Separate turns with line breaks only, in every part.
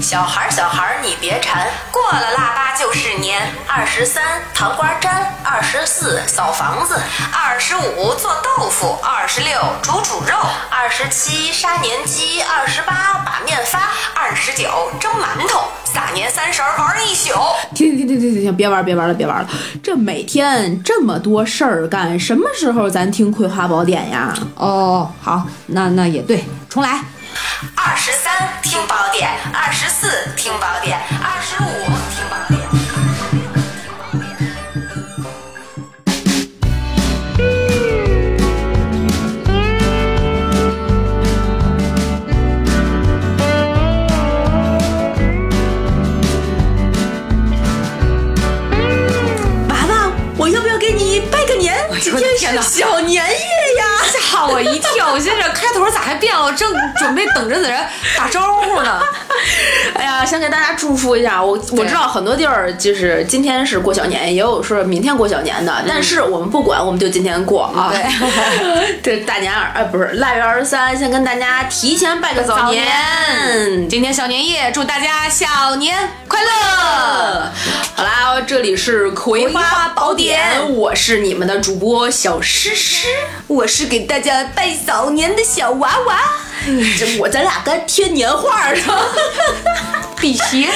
小孩儿小孩儿你别馋，过了腊八就是年。二十三糖瓜粘，二十四扫房子，二十五做豆腐，二十六煮煮肉，二十七杀年鸡，二十八把面发，二十九蒸馒头，大年三十儿玩一宿。
停停停停停停！别玩儿别玩儿了，别玩儿了！这每天这么多事儿干，什么时候咱听《葵花宝典》呀？
哦，好，那那也对，重来。
二十三听宝典，二十四听宝典，二十五听宝典。
娃娃，我要不要给你拜个年？今
的
天
哎天哪
是小年夜呀！
吓我一跳！我心想开头咋还变了？我正准备等着在这打招 呼呢。
哎呀，先给大家祝福一下。我我知道很多地儿就是今天是过小年，也有是明天过小年的，
嗯
但是我们不管，我们就今天过啊。
对，
这大年二哎不是腊月二十三，先跟大家提前拜个早年。
今天小年夜，祝大家小年快乐！
好啦，这里是《葵花宝典》
葵花宝
我是你们的主播小诗诗。
我是给大家拜早年的小娃娃，
这我咱俩该贴年画 上，
必须。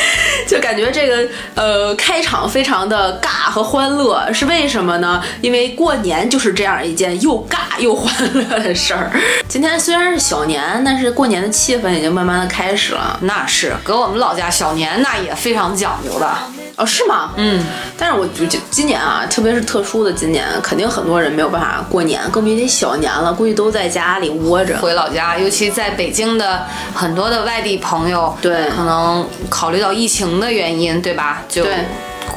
就感觉这个呃开场非常的尬和欢乐，是为什么呢？因为过年就是这样一件又尬又欢乐的事儿。今天虽然是小年，但是过年的气氛已经慢慢的开始了。
那是，搁我们老家小年那也非常讲究的。
哦，是吗？
嗯，
但是我觉得今年啊，特别是特殊的今年，肯定很多人没有办法过年，更别提小年了，估计都在家里窝着。
回老家，尤其在北京的很多的外地朋友，
对
可能考虑到疫情的原因，对吧？就
对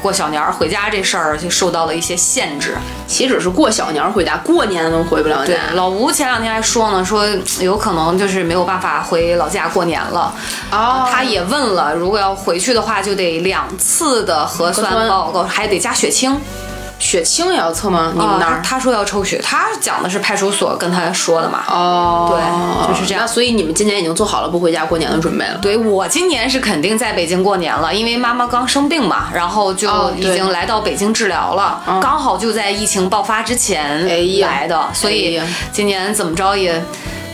过小年儿回家这事儿就受到了一些限制。
岂止是过小年回家，过年都回不了家
对。，老吴前两天还说呢，说有可能就是没有办法回老家过年了。
哦
他也问了，如果要回去的话，就得两次的核
核
酸
酸
报告，还得加血清。
血清也要测吗？你们那
啊
儿？
他说要抽血，他讲的是派出所跟他说的嘛。
哦
对就是这样
那所以你们今年已经做好了不回家过年的准备了。
对我今年是肯定在北京过年了，因为妈妈刚生病嘛，然后就
哦
已
对
经来到北京治疗了，
嗯
刚好就在疫情爆发之前
哎呀
来的，所以
哎呀
今年怎么着也。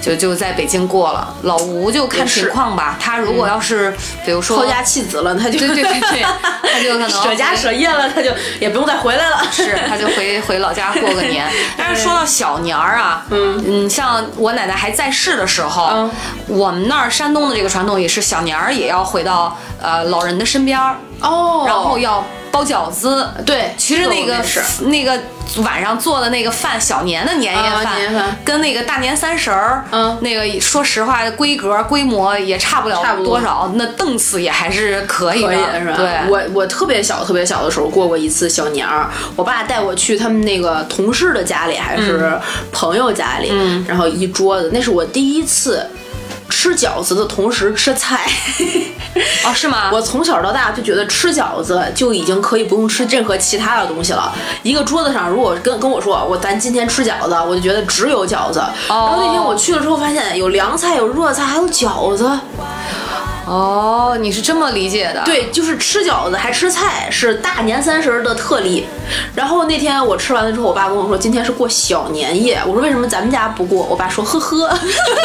就就在北京过了，老吴就看
也是
情况吧。他如果要是，比如说，
抛家弃子了，他就
对对 对对，他就可能
舍家舍业了，他就也不用再回来了。
是，他就回回老家过个 年。但是说到小年儿啊，嗯像我奶奶还在世的时候，
嗯
我们那儿山东的这个传统也是小年儿也要回到呃老人的身边儿，
哦
然后要包饺子。
对，
其实那
这我
个
们是
那个晚上做的那个饭，小年的年夜
啊
饭，
年夜饭
跟那个大年三十儿，
嗯
那个说实话规格规模也差不了
差不多
多少，那档次也还是可以的，
可以是吧？
对，
我我特别小特别小的时候过过一次小年儿，我爸带我去他们那个同事的家里还是
嗯
朋友家里，然后一桌子，那是我第一次吃饺子的同时吃菜。
哦是吗？
我从小到大就觉得吃饺子就已经可以不用吃任何其他的东西了。一个桌子上，如果跟跟我说我咱今天吃饺子，我就觉得只有饺子。
哦
然后那天我去了之后，发现有凉菜，有热菜，还有饺子。
哦，你是这么理解的？
对，就是吃饺子还吃菜，是大年三十儿的特例。然后那天我吃完了之后，我爸跟我说今天是过小年夜。我说为什么咱们家不过？我爸说呵呵，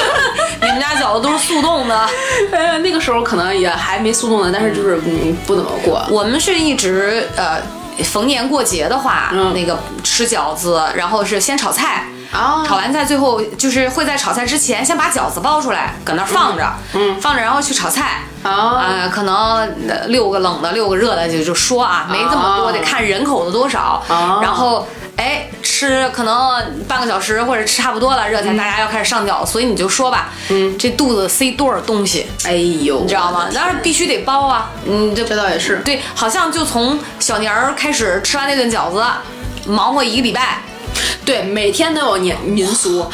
你们家饺子都是速冻的，
哎那个时候可能也还没速冻呢，但是就是嗯不怎么过。
我们是一直呃，逢年过节的话，
嗯
那个吃饺子，然后是先炒菜。
啊
炒完菜，最后就是会在炒菜之前先把饺子包出来，搁那儿放着，嗯，放着，然后去炒菜。
啊
呃，可能呃六个冷的，六个热的，就就说啊，没这么多，
哦
得看人口的多少。
哦
然后，哎，吃可能半个小时或者吃差不多了，热菜大家要开始上饺子，所以你就说吧，嗯，这肚子塞多少东西，
哎呦，
你知道吗？当然必须得包啊，嗯，这
这倒也是。
对，好像就从小年儿开始吃完那顿饺子，忙活一个礼拜，
对，每天都有年民俗。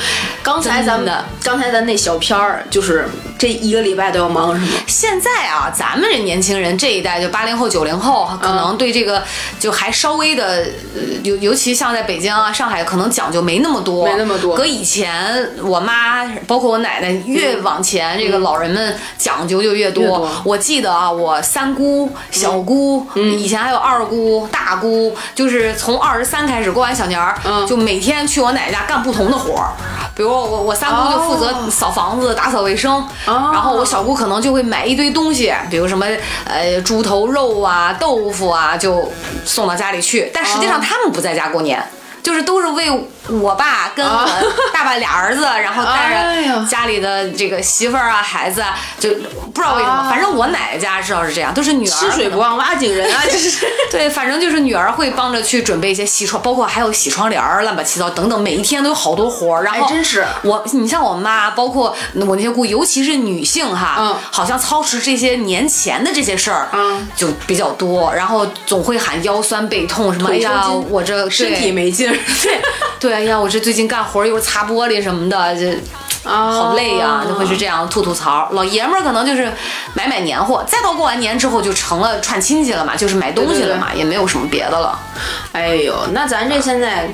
刚才咱们
真的
刚才咱那小片儿，就是这一个礼拜都要忙什么？
现在啊，咱们这年轻人这一代，就八零后、九零后，可能对这个就还稍微的，呃尤、尤其像在北京啊、上海，可能讲究没那么多，
没那么多
搁以前，我妈包括我奶奶，越往前，这个老人们讲究就越多。
越多
我记得啊，我三姑、小姑，
嗯
以前还有二姑、大姑，就是从二十三开始过完小年儿，
嗯
就每天去我奶奶家干不同的活儿。比如我我三姑就负责
哦
扫房子、打扫卫生，
哦
然后我小姑可能就会买一堆东西，比如什么呃猪头肉啊、豆腐啊，就送到家里去。但实际上
哦
他们不在家过年，就是都是为我爸跟我
啊
大爸俩儿子，然后
哎
带着
呦
家里的这个媳妇儿啊、孩子啊，就不知道为什么，
啊
反正我奶奶家知道是这样，都是女儿
吃水
可能
不忘挖井 人啊，这是。
对，反正就是女儿会帮着去准备一些洗窗，包括还有洗窗帘儿、乱七八糟等等，每一天都有好多活儿。然后、
哎真是
我，你像我妈，包括我那些姑，尤其是女性哈，
嗯
好像操持这些年前的这些事儿，
嗯，
就比较多，然后总会喊腰酸背痛什么，哎
腿抽
呀
筋，
我这
身体。没劲儿，
对对，哎呀，我这最近干活儿，一会儿擦玻璃什么的，这
啊
好累呀、就会是这样吐吐槽。老爷们儿可能就是买买年货，再到过完年之后就成了串亲戚了嘛，就是买东西了嘛，也没有什么别的了。
哎呦，那咱这现在，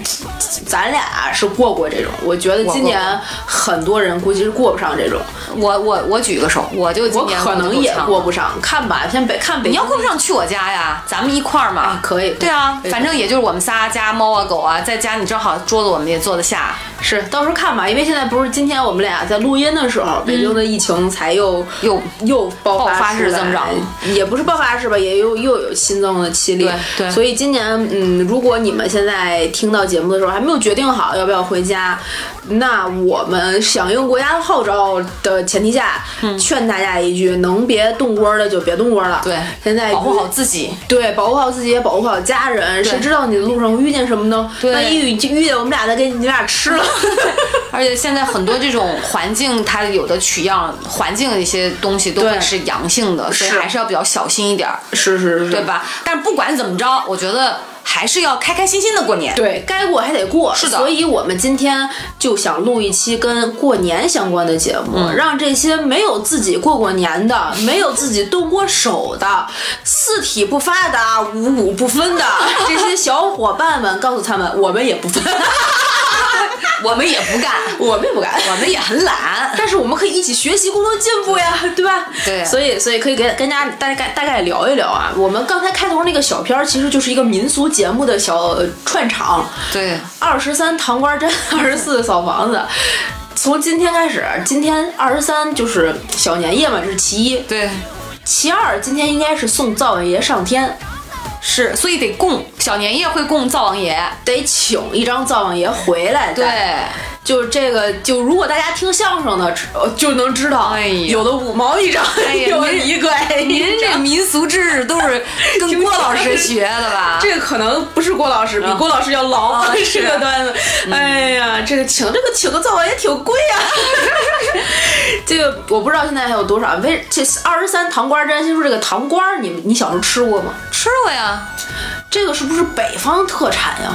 咱俩是过过这种，我觉得
我
今
过
年很多人估计是过不上这种，
我我我举个手，我就今
我
年
可能
就
也
唱
过
了。
不上，看吧，先北看北京。
你要过不上去我家呀，咱们一块儿嘛。
啊，可以，
对啊，
可以
反正也就是我们仨加猫啊狗啊，在家你正好桌子我们也坐得下，
是到时候看吧，因为现在不是今天我们俩在录音的时候，
嗯
北京的疫情才又
又
又爆
爆发
发
式
出来
增长，
也不是爆发式吧，也又又有新增的七例。
对对
所以今年，嗯，如果你们现在听到节目的时候还没有决定好要不要回家，那我们响应国家的号召的前提下，劝大家一句，能别动窝儿的就别动窝儿了。
嗯对
现在
保护好自己。
对，保护好自己，也保护好家人。谁知道你路上遇见什么呢？
对
万一遇遇见我们俩再给你俩吃了。
而且现在很多这种环境，它有的取样环境的一些东西都会
对
是阳性的，所以
是
还是要比较小心一点儿。
是是是，
对？吧？但是不管怎么着，我觉得还是要开开心心的过年。
对该过还得过，
是的
所以我们今天就想录一期跟过年相关的节目，
嗯
让这些没有自己过过年的、 没有自己动过手的、四体不发达、五谷不分的 这些小伙伴们，告诉他们，我们也 不分，
我们也不干，
我们也不敢，
我们也很懒。
但是我们可以一起学习，共同进步呀， 对吧？
对
所以所以可以跟跟大家大概大概聊一聊啊。我们刚才开头那个小片儿，其实就是一个民俗节目的小呃串场。
对，
二十三糖瓜 针，二十四扫房子。从今天开始，今天二十三就是小年夜嘛，这是其一。
对，
其二，今天应该是送灶王爷上天，
是，所以得供小年夜会供灶王爷。
得请一张灶王爷回来。
对，，
就是这个，就如果大家听相声的，知呃就能知道，
哎呀
有的五毛一张，
哎呀
有的
您
一哎块一
您这
张
民俗知识都是跟郭老师学的吧？
这个可能不是郭老师，比
啊
郭老师要牢，
啊嗯
是个段子。哎呀，这个请这个请个灶王爷挺贵啊。 这个我不知道现在还有多少。为这二十三糖瓜粘，先说这个糖瓜儿，你们你小时候吃过吗？
吃过呀？
这个是不是北方特产呀？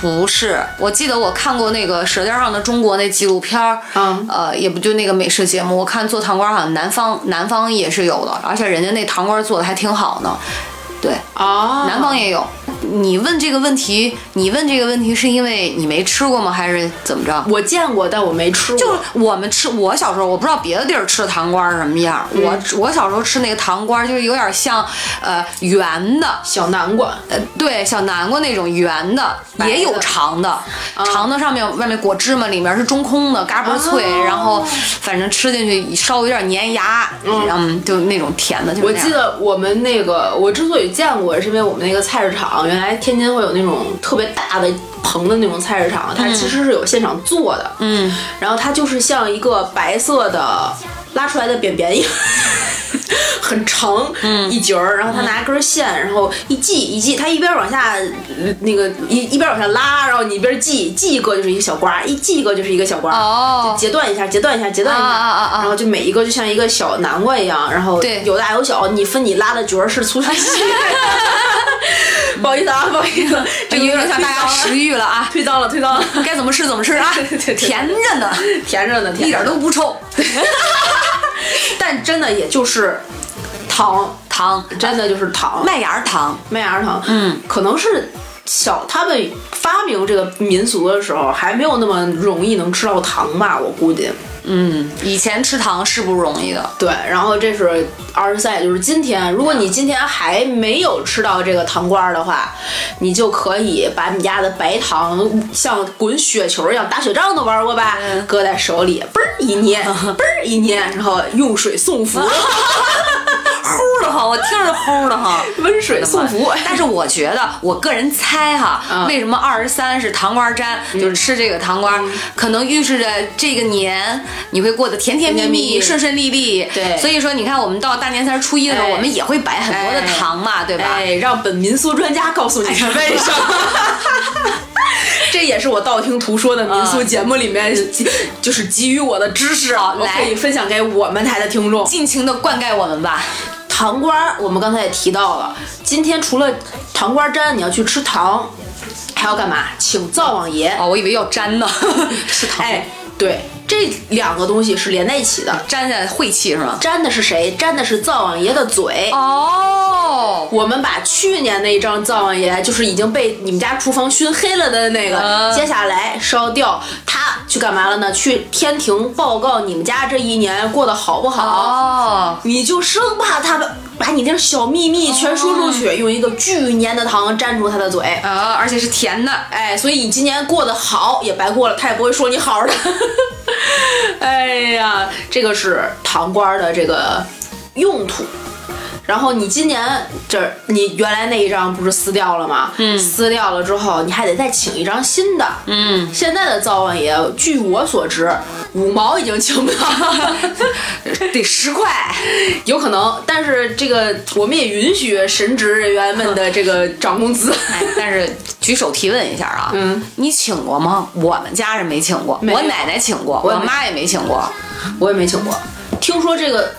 不是，我记得我看过那个《舌尖上的中国》那纪录片儿，
嗯
呃，也不就那个美食节目，我看做糖瓜儿好像南方南方也是有的，而且人家那糖瓜儿做的还挺好呢。对，
啊
南方也有。你问这个问题，你问这个问题是因为你没吃过吗？还是怎么着？
我见过，但我没吃过。
就是我们吃，我小时候我不知道别的地儿吃的糖瓜儿是什么样。
嗯
我我小时候吃那个糖瓜儿，就是有点像，呃，圆的，
小南瓜，
呃，对，小南瓜那种圆的，
白的
也有长的，长的上面外面裹芝麻，里面是中空的，嘎嘣脆，
哦
然后反正吃进去稍微有点粘牙，嗯，就那种甜的，就是
我
那样
记得我们那个，我之所以见过，是因为我们那个菜市场，原来天津会有那种特别大的棚的那种菜市
嗯
场，它其实是有现场做的，嗯，然后它就是像一个白色的拉出来的扁扁一样。 很长，
嗯
一截儿，然后他拿根线，然后一系一系，他一边往下呃那个一一边往下拉，然后你一边系，系一个就是一个小瓜，一系一个就是一个小瓜，
哦
就截断一下，截断一下，截断一下，
啊啊啊啊
然后就每一个就像一个小南瓜一样，然后
对
有大有小，你分你拉的角儿是粗是细。不好意思啊，不好意思，这
因
个有
为影
点
响大家食欲了啊，
推脏了，推脏了，
该怎么吃怎么吃啊
对对对，对
甜着呢，
甜着呢，
一
甜着
点
呢。
都不臭，
但真的也就是糖，
糖
真的就是糖，
麦芽糖，
麦芽糖，嗯，可能是。小他们发明这个民俗的时候，还没有那么容易能吃到糖吧？我估计，
嗯，以前吃糖是不容易的，
对，然后这是二十三，也就是今天。如果你今天还没有吃到这个糖瓜儿的话，你就可以把你家的白糖像滚雪球一样，打雪仗都玩过吧？
嗯
搁在手里，嘣儿一 捏，嘣儿一捏，然后用水送服，
齁的慌，我听着齁的 慌。
温水送服。
但是我觉得，我个人猜哈，
嗯
为什么二十三是糖瓜粘，就是吃这个糖
嗯
瓜，可能预示着这个年你会过得甜甜蜜
甜甜蜜
蜜、
蜜
顺顺利利。
对
所以说你看，我们到大年三十、初一的时候，
哎
我们也会摆很多的糖嘛，对吧？哎
哎，让本民俗专家告诉你是为什 么。这也是我道听途说的民
嗯
俗节目里面，就是给予我的知识啊，我
来
可以分享给我们台的听众。
尽情的灌溉我们吧。
糖瓜儿，我们刚才也提到了，今天除了糖瓜粘，你要去吃糖，还要干嘛？请灶王爷、
哦，我以为要粘呢，
吃糖。
哎
哎，对，这两个东西是连在一起的。
粘下来晦气是吗？
粘的是谁？粘的是灶王爷的嘴。
哦，
我们把去年那张灶王爷，就是已经被你们家厨房熏黑了的那个，
嗯
接下来烧掉。他去干嘛了呢？去天庭报告你们家这一年过得好不好。
哦，
你就生怕他把把你那点小秘密全说出去，用一个巨粘的糖粘住他的嘴。
呃，而且是甜的。
哎，所以你今年过得好也白过了，他也不会说你好的。 哎呀，这个是糖官儿的这个用途。然后你今年这儿你原来那一张不是撕掉了吗？嗯，撕掉了之后你还得再请一张新的。
嗯，
现在的灶王爷，据我所知，五毛已经请不到了。
得十块。
有可能，但是这个我们也允许神职人员们的这个涨工资。
哎，但是举手提问一下啊，
嗯，
你请过吗？我们家是没请过，
没有
我奶奶请过，
我
我
也没
妈也没请过。
我也没请过，听说这个，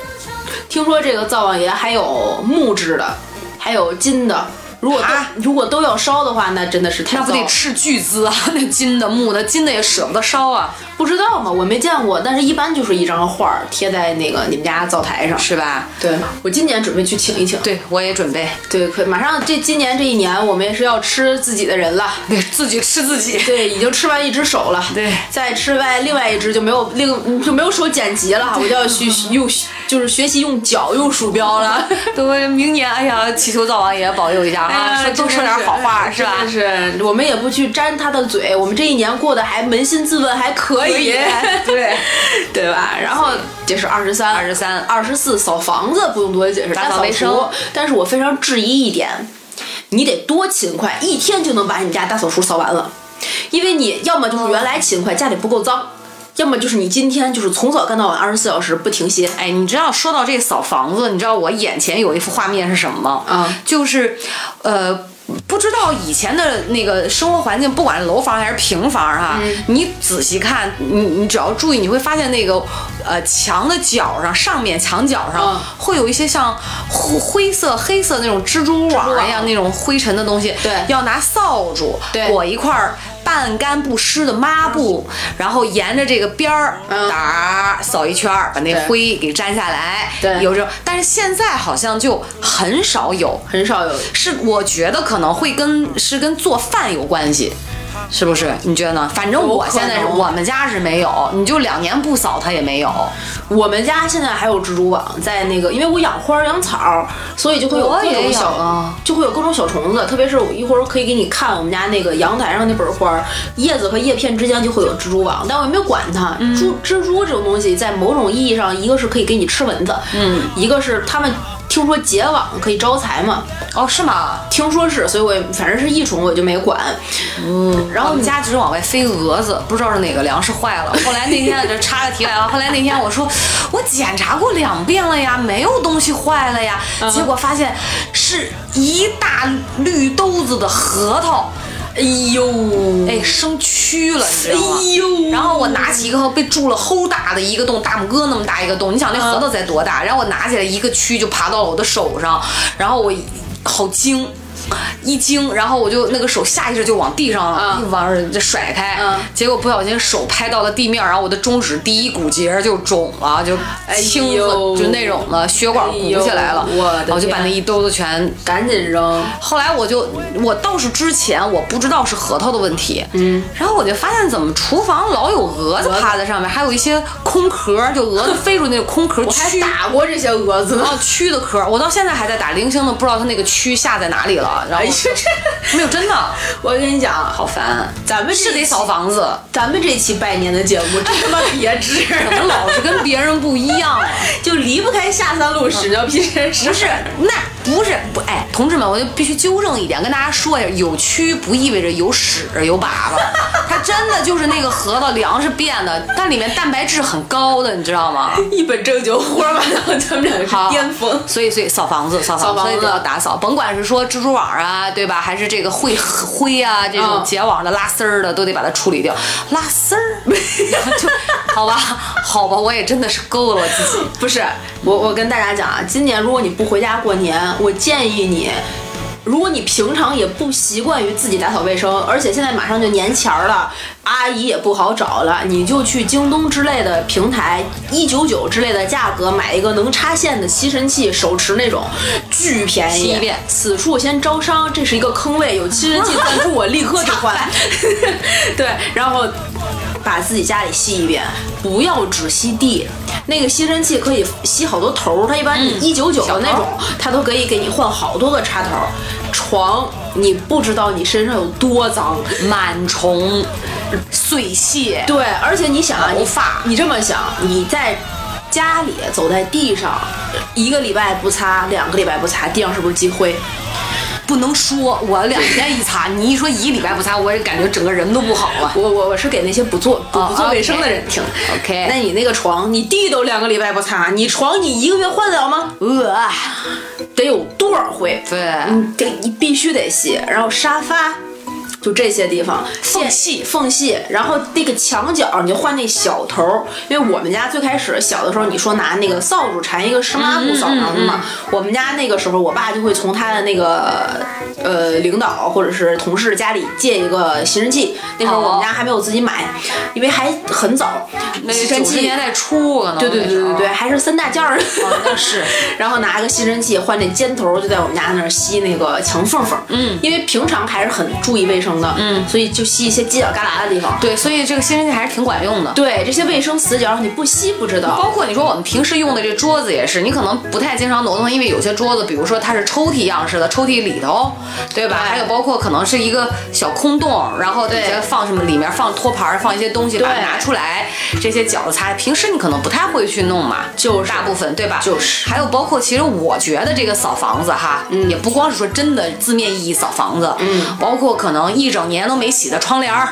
听说这个灶王爷还有木质的，还有金的。如果都、
啊
如果都要烧的话，那真的是太
那不
糟
得
了
斥巨资啊！ 那金的、木的，金的也舍不得烧啊，
不知道嘛，我没见过，但是一般就是一张画儿贴在那个你们家灶台上。
是吧？
对，我今年准备去请一请。
对，我也准备
对，可马上这今年这一年，我们也是要吃自己的人了。
得自己吃自己。
对，已经吃完一只手了，
对
再吃完另外一只就没有另就没有手剪辑了，我就要去用就是学习用脚用鼠标了。
对，明年哎呀，祈求灶王爷保佑一
哎
下啊，说多说点好话是吧？
真的是我们也不去粘他的嘴，我们这一年过得还扪心自问还可以，
可以 对
对吧？然后这是二十三、
二十三，
二十四扫房子不用多解释，
打扫
大
卫
除
生。
但是我非常质疑一点，你得多勤快，一天就能把你们家大扫除扫完了，因为你要么就是原来
哦
勤快，家里不够脏。要么就是你今天就是从早干到晚，二十四小时不停歇。
哎，你知道说到这个扫房子，你知道我眼前有一幅画面是什么吗？
啊
就是，呃。不知道以前的那个生活环境，不管是楼房还是平房哈、你仔细看，你你只要注意，你会发现那个呃墙的角上，上面墙角上、
嗯
会有一些像灰灰色、黑色那种蜘蛛网一样
网
那种灰尘的东西，
对
要拿扫帚
对
裹一块儿半干不湿的抹布，然后沿着这个边儿
嗯
打扫一圈儿，把那
对
灰给粘下来。
对
有这种，但是现在好像就很少有。
很少有
是我觉得可能会跟是跟做饭有关系，是不是？你觉得呢？反正
有
我
可
现在是
能
我们家是没有，你就两年不扫它也没有。
我们家现在还有蜘蛛网，在那个，因为我养花儿养草儿，所以就会有
我
各
也
种小，
养啊
就会有各种小虫子。特别是我一会儿可以给你看我们家那个阳台上那本花儿，叶子和叶片之间就会有蜘蛛网，但我也没有管它。蛛蜘蛛这种东西，在某种意义上，一个是可以给你吃蚊子，嗯，一个是他们听说结网可以招财嘛，
哦，是吗？
听说是，所以我也反正是益虫，我就没管。嗯，然
然后
后
我
你
们
家
家只是往外飞蛾子，不知道是哪个粮食坏了。后来那天这插个题外话，后来那天我说我检查过两遍了呀，没有东西坏了呀，结果发现是一大绿兜子的核桃。
哎呦，
哎，生蛆了，你知
哎
道吗？
呦，
然后我拿起一个被蛀了齁大的一个洞，大拇哥那么大一个洞，你想
嗯
那核桃才多大？然后我拿起来一个蛆就爬到了我的手上，然后我一好惊，一惊，然后我就那个手下意识就往地上了，
嗯
一往这甩开，
嗯
结果不小心手拍到了地面，然后我的中指第一骨节就肿了，就青
哎
紫、
呦
就那种的，血管鼓起来了，
哎呦我的天
然后就把那一兜子全
赶紧扔。
后来我就，我倒是之前我不知道是核桃的问题，嗯，然后我就发现怎么厨房老有蛾子趴在上面，还有一些空壳儿，就蛾子飞出去那个空壳
我还
蛆。
打过这些蛾子呢
然。 后蛆的壳儿，我到现在还在打，零星的不知道它那个蛆下在哪里了。然后
哎呀，
我没有真的，
我跟你讲，啊好
好烦，
咱们
是
这
得
一
扫房子，
咱们这期拜年的节目真他妈别致，
怎么老是跟别人不一样啊？
就离不开下三路屎尿屁这件 事。
嗯不是，那不是不哎，同志们，我就必须纠正一点，跟大家说一下，有蛆不意味着有屎有粑粑，它真的就是那个核桃粮食变的，它里面蛋白质很高的，你知道吗？
一本正经胡说八道，咱们俩是
好
巅峰。
所以所以扫房子，扫
扫
房
房
所以
子
得要打扫，甭管是说蜘蛛网啊，对吧？还是这个会灰啊，这种
嗯
结网的、拉丝儿的，都得把它处理掉。拉丝儿， 就好吧，好吧，我也真的是够了自己。
不是，我我跟大家讲啊，今年如果你不回家过年，我建议你。如果你平常也不习惯于自己打扫卫生，而且现在马上就年前儿了，阿姨也不好找了，你就去京东之类的平台，一九九之类的价格买一个能插线的吸尘器，手持那种，巨便宜。
吸一遍
此处先招商，这是一个坑位，有吸尘器赞助我，立刻置换。 对，然后把自己家里吸一遍，不要只吸地。那个吸尘器可以吸好多头儿，它一般你一九九
嗯小
的
头
那种，它都可以给你换好多个插头儿。床，你不知道你身上有多脏。
螨虫、碎屑，
对，而且你想啊，你
头发
你这么想，你在家里走在地上，一个礼拜不擦，两个礼拜不擦，地上是不是积灰？
不能说，我两天一擦，你一说一礼拜不擦，我也感觉整个人都不好啊了。
我我我是给那些不做不
哦
不做卫生的人听。
OK
那你那个床，你地都两个礼拜不擦，你床你一个月换得了吗？
呃，
得有多少回？
对
你得你必须得洗，然后沙发。就这些地方缝
隙
缝隙，然后那个墙角你就换那小头儿，因为我们家最开始小的时候，你说拿那个扫帚缠一个湿抹
嗯
布扫房子嘛，我们家那个时候，我爸就会从他的那个呃领导或者是同事家里借一个吸尘器，那时候我们家还没有自己买，因为还很早，
哦那
吸尘
九十
器
年代初可能
对对对对对，，还是三大件儿。
哦那是
然后拿个吸尘器换那尖头儿，就在我们家那儿吸那个墙缝缝。嗯，因为平常还是很注意卫生的，嗯，所以就吸一些犄角旮旯的地方。
对，所以这个吸尘器还是挺管用的。
对，这些卫生死角你不吸不知道。
包括你说我们平时用的这桌子也是，你可能不太经常挪动它，因为有些桌子，比如说它是抽屉样式的，抽屉里头，对吧？
对
还有包括可能是一个小空洞，然后底下
对
放什么，里面放托盘儿，放一些东西，把它
对
拿出来，这些角子擦。平时你可能不太会去弄嘛，
就是
大部分对吧？
就是嗯
还有包括，其实我觉得这个扫房子哈，也不光是说真的字面意义扫房子，嗯，包括可能一整年都没洗的窗帘儿。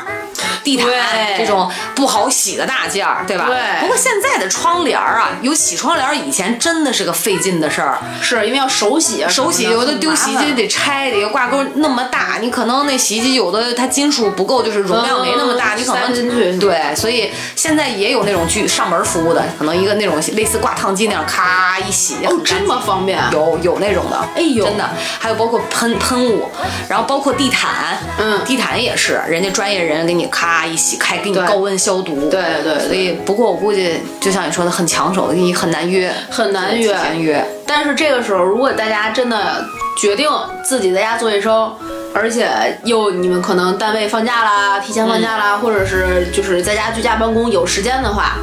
地毯
对
这种不好洗的大件儿，对吧？
对
不过现在的窗帘儿啊，有洗窗帘儿，以前真的是个费劲的事儿。
是因为要手洗啊什么
手
的，
洗有的丢洗衣机
很麻烦
得拆，得挂钩那么大，你可能那洗衣机有的它金属不够，就是容量没那么大，
嗯
你可
塞不
能
进去
对，所以现在也有那种去上门服务的，可能一个那种类似挂烫机那样，咔一洗，
哦
很，干
这
净
么方便啊？
有有那种的，
哎呦
真的，还有包括喷喷雾，然后包括地毯，
嗯
地毯也是，人家专业人给你咔一洗开，给你
对
高温消毒，
对对对
所以不过我估计就像你说的，很抢手，你很难约，
很难约
提前约，
但是这个时候，如果大家真的决定自己在家做卫生，而且又你们可能单位放假啦、提前放假啦，或者是就是在家居家办公有时间的话，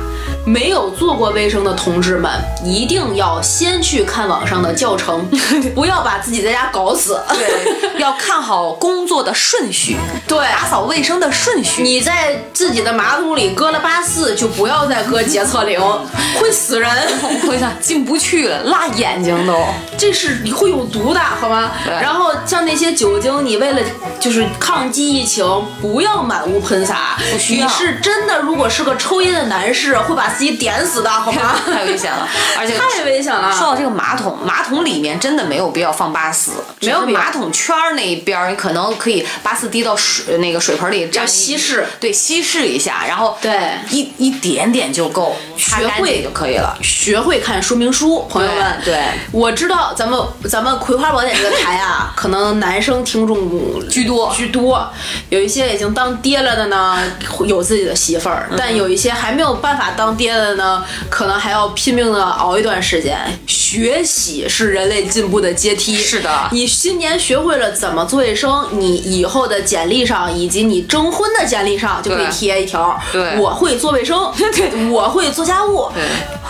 没有做过卫生的同志们，一定要先去看网上的教程，不要把自己在家搞死。
对，要看好工作的顺序，
对
打扫卫生的顺序。
你在自己的马桶里搁了八四，就不要再搁洁厕灵，会死人。
我想进不去了，辣眼睛都。
这是你会有毒的，好吗？
对
然后像那些酒精，你为了就是抗击疫情，不要满屋喷洒。
不需要
你是真的，如果是个抽烟的男士，会把自己点死的，好吗？
太危险了，而 且
太危险了
说到这个马桶，马桶里面真的没有必要放八四，
没有
只
必
是
要
马桶圈儿那一边儿，你可能可以八四滴到水那个水盆里，这
要
样
稀释，
对，稀释一下，然后
对
一一点点就够，擦
学
干
会
净就可以了。
学会看说明书，朋友们。
对对
我知道咱们咱们葵花宝典这个台 啊，可能男生听众
居多
居多，有一些已经当爹了的呢，有自己的媳妇
嗯
儿，但有一些还没有办法当爹的呢，可能还要拼命的熬一段时间。学习是人类进步的阶梯，
是的
你今年学会了怎么做卫生，你以后的简历上以及你征婚的简历上就可以
对
贴一条，
对
我会做卫 生，对，我会做家务，
对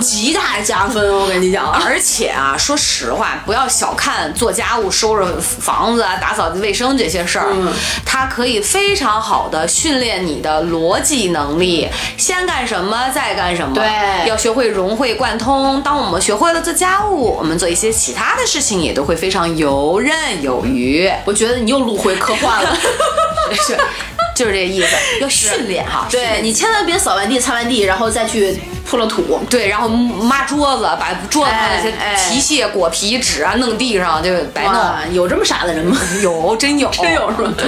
极大加分，我跟你讲 啊。
而且啊，说实话，不要小看做家务、收拾房子啊、打扫卫生这些事儿，
嗯
它可以非常好的训练你的逻辑能力，先干什么再干什么，
对
要学会融会贯通。当我们学会了做家务，我们做一些其他的事情也都会非常游刃有余。
我觉得你又录回科幻了，
是，就是这意思，要训练哈，训
对
练
你千万别扫完地、擦完地，然后再去铺了土。
对，然后抹桌子，把桌子上那些
哎哎
皮屑、果皮、纸啊弄地上，就白弄。
哇，有这么傻的人吗？
有，真有，
真有是吗？对。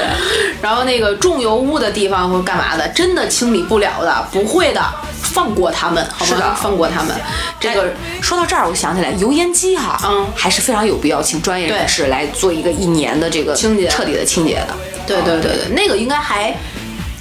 然后那个重油污的地方或者干嘛的，真的清理不了的，不会的，放过他们，好
是的
吗？放过他们。这个
哎说到这儿，我想起来油烟机哈，
嗯
还是非常有必要请专业人士来做一个一年的这个
清洁
彻底的清洁的。
对对对对，那个应该还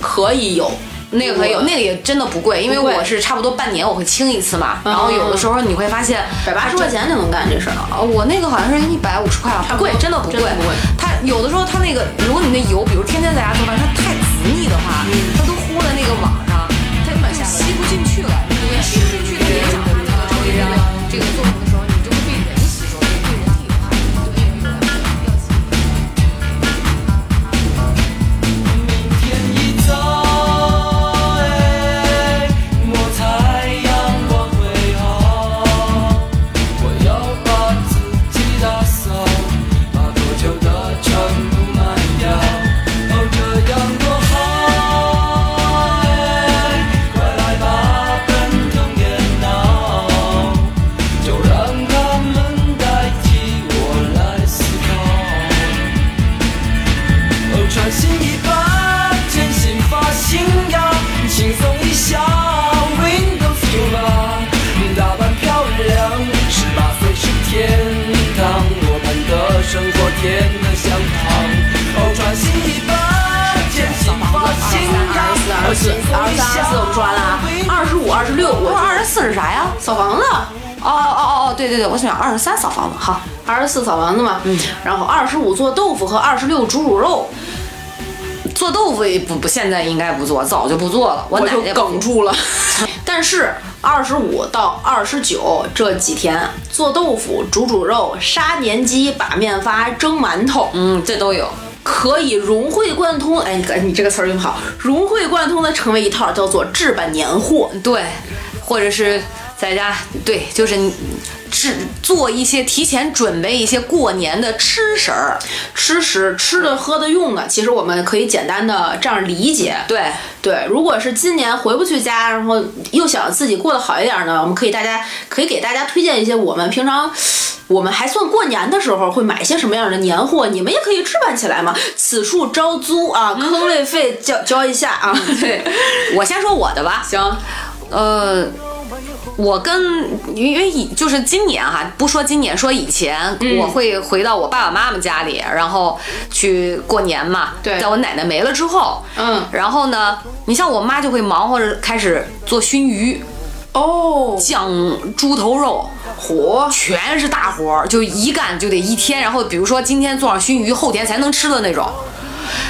可以有，
那个可以有，那个也真的不贵，因为
不贵嗯
我是差不多半年我会清一次嘛。然后有的时候你会发现，
百八十
啊
块钱就能干这事儿了。
这哦，我那个好像是一百五十块啊，不贵，
不贵
真的不
真的不贵
它有的时候它那个，如果你那油，比如天天在家做饭，它太紫腻的
嗯
话，它都糊在那个网上，它根本吸不进去了，你就吸不进去的影响它这个抽烟这个作用的时候，你就会被人吸收，被人体的话，你就会有点要吸。
天一早，哎，莫猜阳光会好。我要把自己打扫，把多久的全部卖掉。哦，这样多好，哎，快来吧，奔腾电脑，就让他们代替我来思考。哦，穿新衣吧，全新发型呀，轻松一下，Windows 九八，打扮漂亮，十八岁是天堂，我们的生活甜得像糖。哦，穿新衣吧，全新发型呀，
二十三、二十四、二十三、二十四，我们说完了啊。二十五、二十六，
不
我
是二十四是啥呀？
扫房子，
哦哦哦哦，对对对，我想二十三扫房子，好，
二十四扫房子嘛。嗯。然后二十五做豆腐和二十六煮煮肉，
做豆腐也不不，现在应该不做，早就不做了。我
我
奶
就
奶
梗住了。 但是二十五到二十九这几天，做豆腐、煮煮肉、杀年鸡、把面发、蒸馒头，
嗯，这都有。
可以融会贯通。哎，你你这个词儿用得好，融会贯通的成为一套，叫做置办年货。
对，或者是在家，对，就是你制做一些提前准备一些过年的吃食儿。
吃食、吃的、喝的、用的，其实我们可以简单的这样理解。
对，
对，如果是今年回不去家，然后又想自己过得好一点呢，我们可以大家可以给大家推荐一些我们平常。我们还算过年的时候会买些什么样的年货？你们也可以置办起来嘛。此处招租啊，坑位费交交一下啊。对，
我先说我的吧。
行，
呃，我跟因为以就是今年哈，不说今年，说以前、
嗯
我会回到我爸爸妈妈家里，然后去过年嘛。
对
在我奶奶没了之后，
嗯
然后呢，你像我妈就会忙活着开始做熏鱼、
哦，
酱猪头肉。
火
全是大活儿，就一干就得一天。然后比如说今天做上熏鱼，后天才能吃的那种。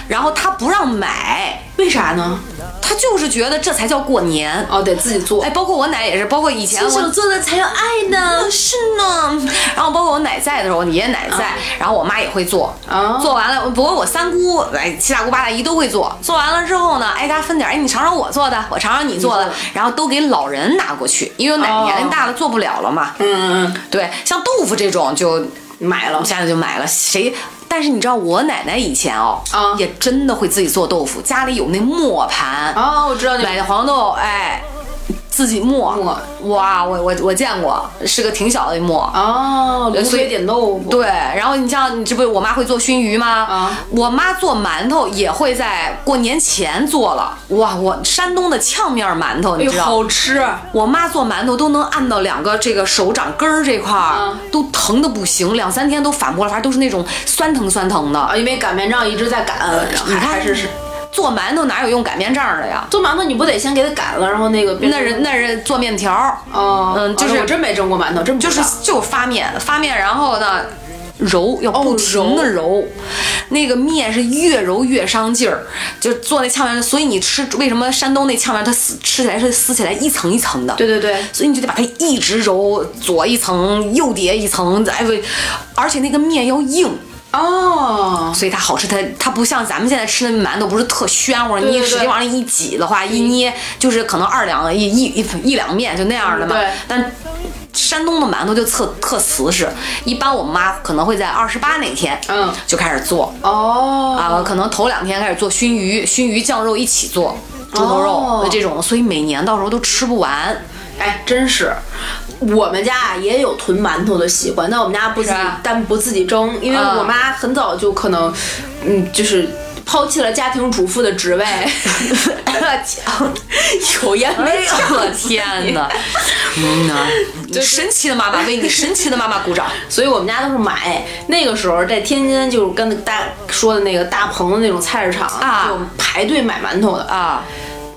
然后他不让买，
为啥呢？
他就是觉得这才叫过年。
哦，得自己做
哎，。包括我奶也是，包括以前
亲手
我。
做的才有爱呢。
是呢，然后包括我奶在的时候，我爷爷奶在，然后我妈也会做，
啊哦
做完了，不过我三姑、哎七大姑八大姨都会做，做完了之后呢，挨家分点儿，哎，你尝尝我做的，我尝尝你做的，然后都给老人拿过去，因为我奶年龄大了做不了了嘛。
嗯嗯，
对，像豆腐这种就
买了
我。现在就买了。谁？但是你知道我奶奶以前哦，
啊
也真的会自己做豆腐，家里有那磨盘，
哦，我知道你
买的黄豆，哎，自己磨
磨，
哇，我我我见过，是个挺小的磨。
哦，卤
所以
水点豆腐，
对，然后你像你这不是我妈会做熏鱼吗？
啊
我妈做馒头也会在过年前做了。哇，我山东的呛面馒头，
哎
你
呦，
知道吗？
好吃，啊
我妈做馒头都能按到两个这个手掌根儿这块儿，
嗯
都疼的不行，两三天都反不过来，反正都是那种酸疼酸疼的。
啊，因为擀面杖一直在擀，
你
还
看
还是是
做馒头哪有用擀面杖的呀？
做馒头你不得先给它擀了，然后那个变
那
成
是那是做面条儿，
哦，
嗯就是
哦我真没蒸过馒头，真不
就
知
是
道
就是发面发面，然后呢揉，
哦
要不停的揉，那个面是越揉越伤劲儿，就做那炝面，所以你吃为什么山东那炝面它撕吃起来是撕起来一层一层的，
对对对，
所以你就得把它一直揉，左一层，右叠一层，哎不，而且那个面要硬，
哦，
所以它好吃。它它不像咱们现在吃的馒头，不是特暄乎，
对对嗯
你使劲往上一挤的话，一捏就是可能二两一一一一两面就那样的嘛。
嗯对
但山东的馒头就特特瓷实，一般我妈可能会在二十八那天，
嗯
就开始做。
哦，
啊，可能头两天开始做熏鱼，熏鱼酱肉一起做，猪头肉、
哦
这种，所以每年到时候都吃不完。
哎，真是，我们家啊也有囤馒头的习惯，但我们家不自己
是吧，
但不自己蒸，因为
嗯
我妈很早就可能，嗯，就是。抛弃了家庭主妇的职 位，哎有烟
哎
没
呦 我天 哪！嗯呐，神奇的妈妈为你神奇的妈妈鼓掌。
所以我们家都是买。那个时候在天津，就是跟大说的那个大棚的那种菜市场
啊
就排队买馒头的。
啊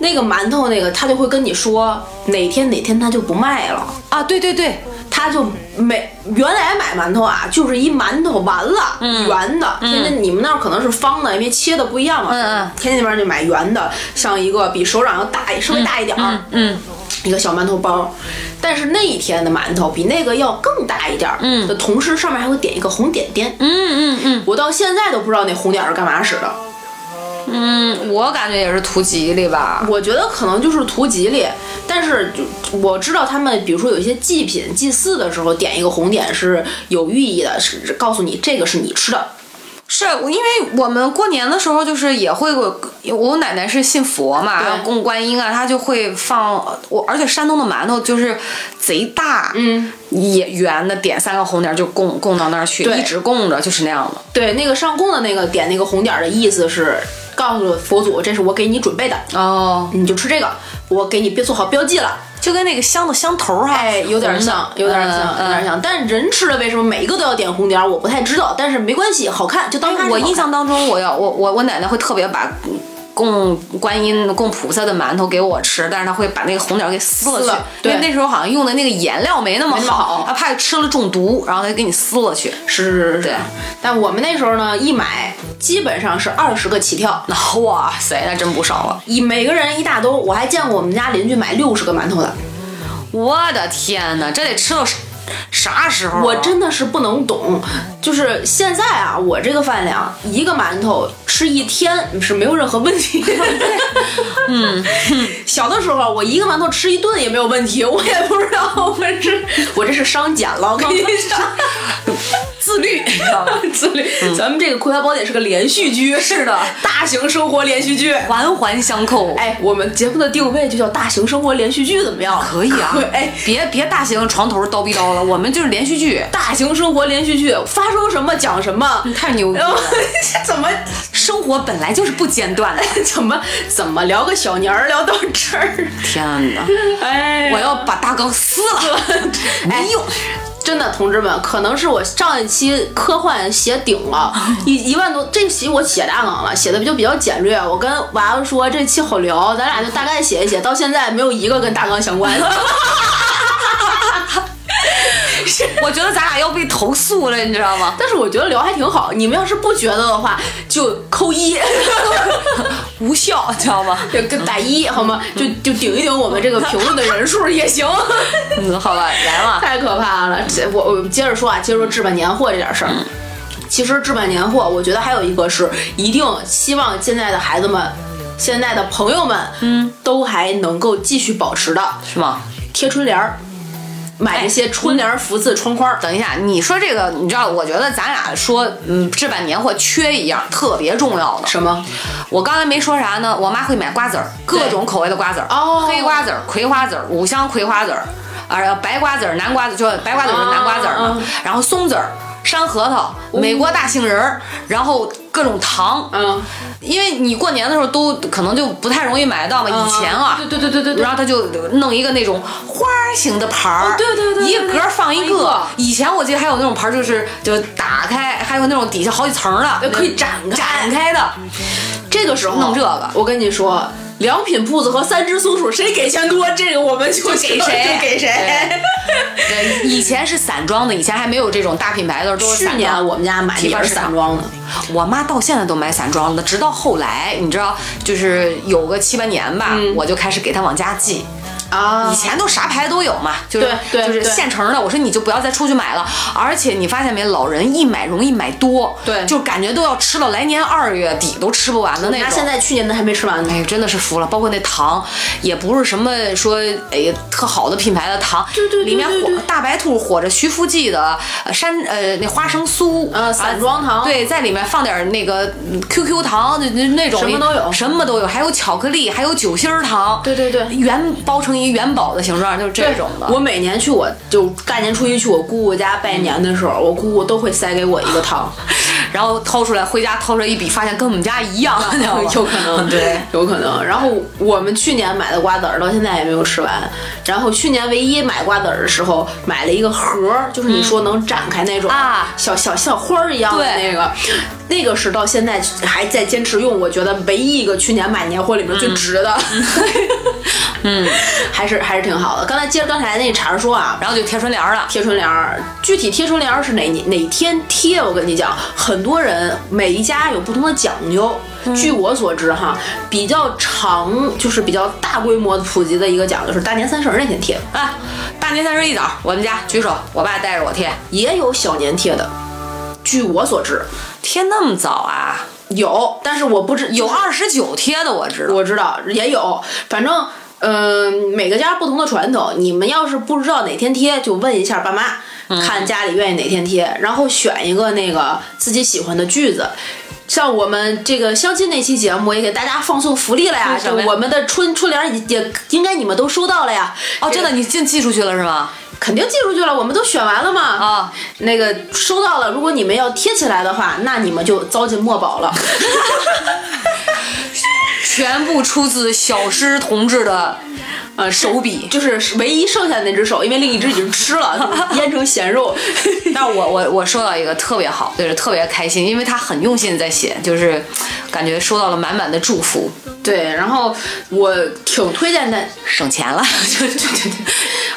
那个馒头，那个他就会跟你说哪天哪天他就不卖了，
啊，对对对，
他就没原来买馒头啊，就是一馒头完了、
嗯
圆的，天津你们那儿可能是方的，因为切的不一样嘛。
嗯嗯
天津那边就买圆的，像一个比手掌要大稍微大一点儿、
嗯，
一个小馒头包。但是那一天的馒头比那个要更大一点，嗯，的同时上面还会点一个红点点，嗯嗯嗯，我到现在都不知道那红点儿是干嘛使的，
嗯，我感觉也是图吉利吧。
我觉得可能就是图吉利，但是就我知道他们，比如说有一些祭品、祭祀的时候点一个红点是有寓意的，是是告诉你这个是你吃的。
是因为我们过年的时候，就是也会我我奶奶是信佛嘛，
对
供观音啊，她就会放我，而且山东的馒头就是贼大，嗯，也圆的，点三个红点儿就供供到那儿去，
对
一直供着，就是那样的。
对，那个上供的那个点那个红点儿的意思是告诉佛祖，这是我给你准备的，
哦，
你就吃这个，我给你标做好标记了。
就跟那个香的香头儿哈，嗯
哎，有点像，有点像，有点
像。
像。但是人吃的为什么每一个都要点红点儿，我不太知道。但是没关系，好看就当它是
哎我
好看
印象当中，我要我我我奶奶会特别把供观音、供菩萨的馒头给我吃，但是她会把那个红点儿给撕了去，
撕了
因为
对
那时候好像用的那个颜料没那么
没那么好
她怕吃了中毒，然后她就给你撕了去。
是是是是
对。
但我们那时候呢，一买基本上是二十个起跳。
哇塞，那真不少啊了！
一每个人一大兜，我还见过我们家邻居买六十个馒头的，
我的天哪，这得吃到啥啥时候啊？
我真的是不能懂。就是现在啊，我这个饭量，一个馒头吃一天是没有任何问题。 嗯，小的时候我一个馒头吃一顿也没有问题，我也不知道我这我这是伤减了，我跟你说，自律，你知道吗？自律。咱们这个《葵花宝典》是个连续剧，是
的，
大型生活连续剧。
环环相扣。
哎，我们节目的定位就叫大型生活连续剧，怎么样？
可以啊，
哎，
别别大型床头叨逼叨了，我们就是连续剧，
大型生活连续剧发生什么讲什么，
太牛逼
然后
了！
怎么
生活本来就是不间断 的，
怎么怎么聊个小年儿聊到这 儿，
天哪！
哎
我要把大纲撕了，没用。
真的，同志们，可能是我上一期科幻写顶 了，一一万多，这期我写大纲了，写的就比较简略。我跟娃娃说这期好聊，咱俩就大概写一写，到现在没有一个跟大纲相关的。
我觉得咱俩要被投诉了，你知道吗？
但是我觉得聊还挺好，你们要是不觉得的话，就扣一。
无效，知道吗？
就跟打一好吗？就就顶一顶我们这个评论的人数也行。
嗯，好吧，来嘛。
太可怕了！这我我接着说啊，接着说置办年货这点事儿。其实置办年货，我觉得还有一个是一定希望现在的孩子们、现在的朋友们，嗯，都还能够继续保持的
是吗？
贴春联儿。买这些春联、福字、窗框儿。
等一下，你说这个，你知道？我觉得咱俩说，嗯，置办年货缺一样特别重要的。
什么？
我刚才没说啥呢，我妈会买瓜子儿，各种口味的瓜子儿，
哦
黑瓜子儿、葵花籽儿、五香葵花籽儿，啊，然后白瓜子儿、南瓜子，就白瓜子儿是南瓜子儿嘛，
嗯嗯
然后松子儿、山核桃、美国大杏仁儿，然后各种糖，
哦嗯，
因为你过年的时候都可能就不太容易买到嘛，以前啊，
哎嗯对对对对对对
然后他就弄一个那种花儿形的盘儿、
哦对对对对
一个格儿放一
放一个
个。以前我记得还有那种盘儿，就是就打开，还有那种底下好几层儿的，
可以展开
展开嗯的。
这个时候
弄这个
我跟你说，良品铺子和三只松鼠谁给钱多，这个我们就
给 谁
就给谁。
对，以前是散装的，以前还没有这种大品牌的，都是
去
散
年
装。
我们家买的
提
也
板
是
市场
散装的，
我妈到现在都买散装的，直到后来，你知道，就是有个七八年吧，我就开始给她往家寄。
啊
以前都啥牌都有嘛，就是
对对
就是
对
现成的。我说你就不要再出去买了，而且你发现没，老人一买容易买多，
对
就感觉都要吃到来年二月底都吃不完的那
那
种。
现在去年的还没吃完呢。
哎，真的是服了，包括那糖，也不是什么说哎特好的品牌的糖，
对对对
里面
对
裹
对
大白兔裹着徐福记的呃山呃那花生酥，啊
呃散装糖
对，在里面放点儿那个嗯 QQ 糖，那那那种
什么都有
什么都有，还有巧克力，还有酒心儿糖，
对对对
元包成一元宝的形状，就是这种的。
我每年去我就大年初一去我姑姑家拜年的时候，我姑姑都会塞给我一个糖，
然后掏出来，回家掏出来一比，发现跟我们家一样，你知道吗
嗯有可能，
哦对，
有可能。然后我们去年买的瓜子儿到现在也没有吃完。然后去年唯一买瓜子儿的时候买了一个盒儿，就是你说能展开那种
嗯啊
小小小花儿一样的
对
那个，那个是到现在还在坚持用，我觉得唯一一个去年买年货里面最值的。 嗯，还是还是挺好的。刚才接着刚才那茬儿说啊，
然后就贴春联儿了。
贴春联儿，具体贴春联儿是哪哪天贴？我跟你讲，很多人每一家有不同的讲究。据我所知，哈，比较长就是比较大规模普及的一个讲究是大年三十儿那天贴，
啊，大年三十一早，我们家举手，我爸带着我贴，
也有小年贴的。据我所知，
贴那么早啊？
有，但是我不知
有二十九贴的，我知道。
我知道也有，反正。嗯，每个家不同的传统，你们要是不知道哪天贴，就问一下爸妈，
嗯
看家里愿意哪天贴，然后选一个那个自己喜欢的句子。像我们这个相亲那期节目也给大家放送福利了呀，
是什
就
么呀
我们的春春联也也应该你们都收到了呀。
哦，真的，你进寄出去了是吗？
肯定寄出去了，我们都选完了嘛。
啊，
那个收到了，如果你们要贴起来的话，那你们就糟践墨宝 了。
全部出自小诗同 志的
呃
手笔。
就是唯一剩下的那只手，因为另一只已经吃 了，腌成咸肉。
但是我我我收到一个特别好，就是特别开心，因为他很用心地在写，就是感觉收到了满满的祝福，
对，然后我挺推荐的，
省钱了。
对对对对，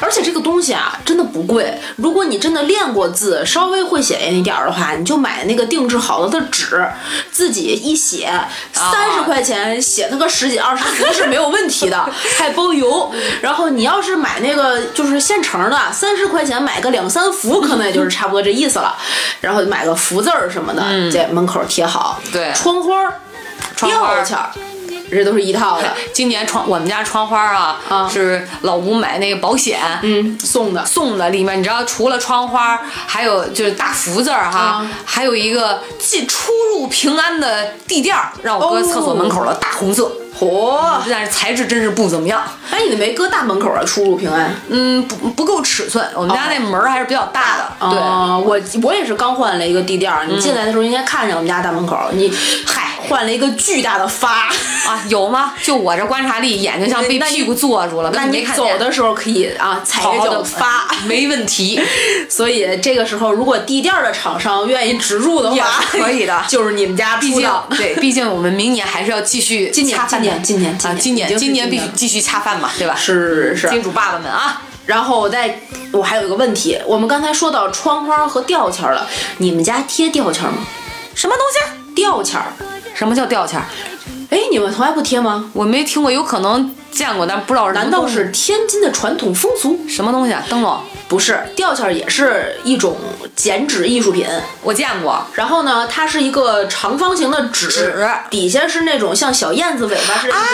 而且这个东西啊，真的不贵。如果你真的练过字，稍微会写一点儿的话，你就买那个定制好了的纸，自己一写，
啊
三十块钱写那个十几二十幅 是没有问题 的，还包邮。然后你要是买那个就是现成的，三十块钱买个两三幅，可能也就是差不多这意思了。然后买个福字儿什么的，在门口贴好。
嗯对
窗花儿、
窗花儿
吊钱儿，这都是一套的。
今年窗我们家窗花啊，
啊
是老吴买那个保险，
嗯，送的。
送的里面，你知道除了窗花，还有就是大福字儿哈，
啊
还有一个进出入平安的地垫儿，让我搁
哦
厕所门口的大红色。
嚯、
但是材质真是不怎么样，
哎，你没搁大门口啊，出入平安。
嗯，不不够尺寸。我们
哦
家那门儿还是比较大的，对，
啊，我我也是刚换了一个地垫儿，你进来的时候应该看见我们家大门口，你嗨换了一个巨大的发，
啊，有吗？就我这观察力，眼睛像被
那你
屁股坐住了，
那
根本没
你
看
走
见
的时候可以啊踩
好
着
好
脚
的
发。
没问题。
所以这个时候，如果地垫儿的厂商愿意植入的
也
话，
是可以的
就是你们家
毕
出
竟
的。
对，毕竟我们明年还是要继续
今年
恰饭的
今年今年
啊，今
已经
年
是
今年
今
必
年
须
了
继续恰饭嘛，对吧？
是是
金
是，
主爸爸们啊，
然后我再，我还有一个问题，我们刚才说到窗花和吊签儿了，你们家贴吊签儿吗？
什么东
吊签儿，
西？什么叫吊签儿？
哎，你们从来不贴吗？
我没听过，有可能见过，但不知道是什么
难道
东西
是天津的传统风俗？
什么东西啊？灯笼，
不是，吊签儿也是一种剪纸艺术品。
我见过。
然后呢，它是一个长方形的纸，
纸啊
底下是那种像小燕子尾巴似的一根儿的。
啊，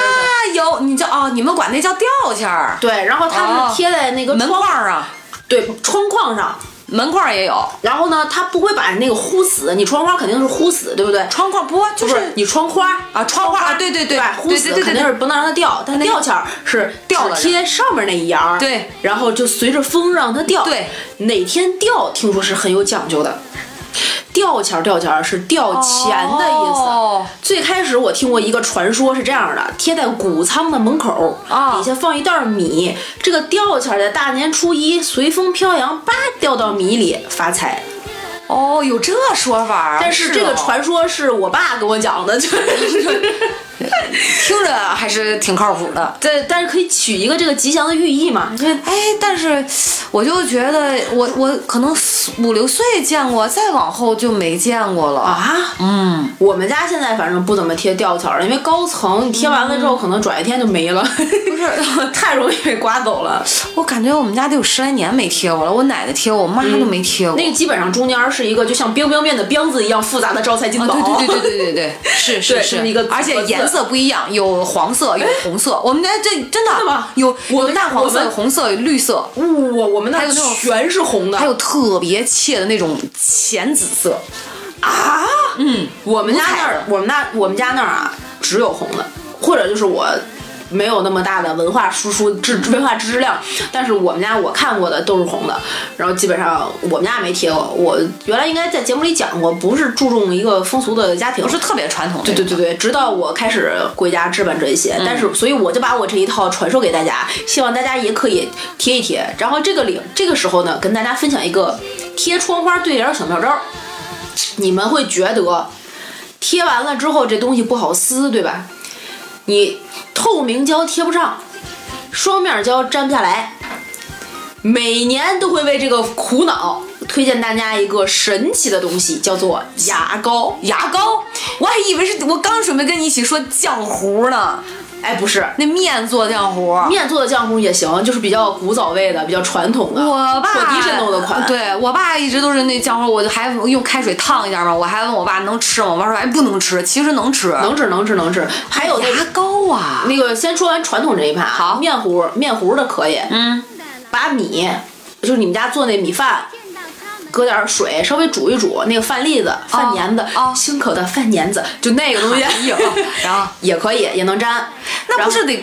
有，你叫哦，你们管那叫吊签儿，
对，然后它
哦
是贴在那个
门
窗
框儿啊，
对窗框上，
门框也有，
然后呢，它不会把那个呼死，你窗花肯定是呼死，对不对？
窗框不就
不是
是
你窗花
啊窗花啊对对
对
对
呼
对
死
对对
肯定
对
是不能让它掉，但
那个
吊钱儿是
掉
只
了的
贴上面那一沿儿，
对，
然后就随着风让它掉，
对，
哪天掉听说是很有讲究的。吊钱儿，吊钱儿是吊钱的意思。
哦
最开始我听过一个传说是这样的：贴在谷仓的门口，
啊
底下放一袋儿米，这个吊钱儿在大年初一随风飘扬，叭掉到米里发财。
哦，有这说法儿啊，
但是这
哦
个传说是我爸给我讲的， 就是。
听着还是挺靠谱的。
对，但是可以取一个这个吉祥的寓意嘛？这
哎，但是我就觉得我我可能四五六岁见过，再往后就没见过了。
啊，
嗯，
我们家现在反正不怎么贴吊桥了，因为高层你贴完了之后，可能转一天就没了，不是 太容易被刮走了。
我感觉我们家得有十来年没贴过了，我奶奶贴过，我妈都没贴过。
那个基本上中间是一个就像冰冰面的冰子一样复杂的招财进宝，
啊，对对对对对对 对，是
哦对是
是是
一个哎
而且颜色不一样，有黄色，有红色。我们家这真的啊
真的吗
有
我
有
们
淡黄
我
色、
们
有红色、有绿色，
哇，我们那
还有那种
全是红的，
还有特别切的那种浅紫色。
啊，嗯，我们家那
彩
儿
的，
我们那我们家那儿啊，只有红的，或者就是我。没有那么大的文化输出知 文化知识量，但是我们家我看过的都是红的，然后基本上我们家也没贴过。我原来应该在节目里讲过，不是注重一个风俗的家庭，
不是特别传统的那
对
种。
对对对，直到我开始回家置办这些，但是所以我就把我这一套传授给大家，希望大家也可以贴一贴。然后这个里这个时候呢，跟大家分享一个贴窗花对联儿小妙招儿，你们会觉得贴完了之后这东西不好撕，对吧？你透明胶贴不上，双面胶粘不下来，每年都会为这个苦恼。推荐大家一个神奇的东西，叫做牙膏。
牙膏，我还以为是我刚准备跟你一起说浆糊呢，
哎，不是，
那面做浆糊。
面做的酱糊也行，就是比较古早味的，比较传统的，
我爸
火迪神弄的款。，
对我爸一直都是那浆糊，我就还用开水烫一下嘛。我还问我爸能吃吗？我爸说哎不能吃，其实能吃。
能吃能吃能吃。还有那
牙
个
膏啊，
那个，先说完传统这一趴啊，
好
面糊面糊的可以，
嗯，
把米就是你们家做那米饭。搁点水，稍微煮一煮那个饭粒子、饭粘子、
哦哎
新口的饭粘子，就那个东 西，
嗯然后
也可以，也能粘。
那不
然后
是得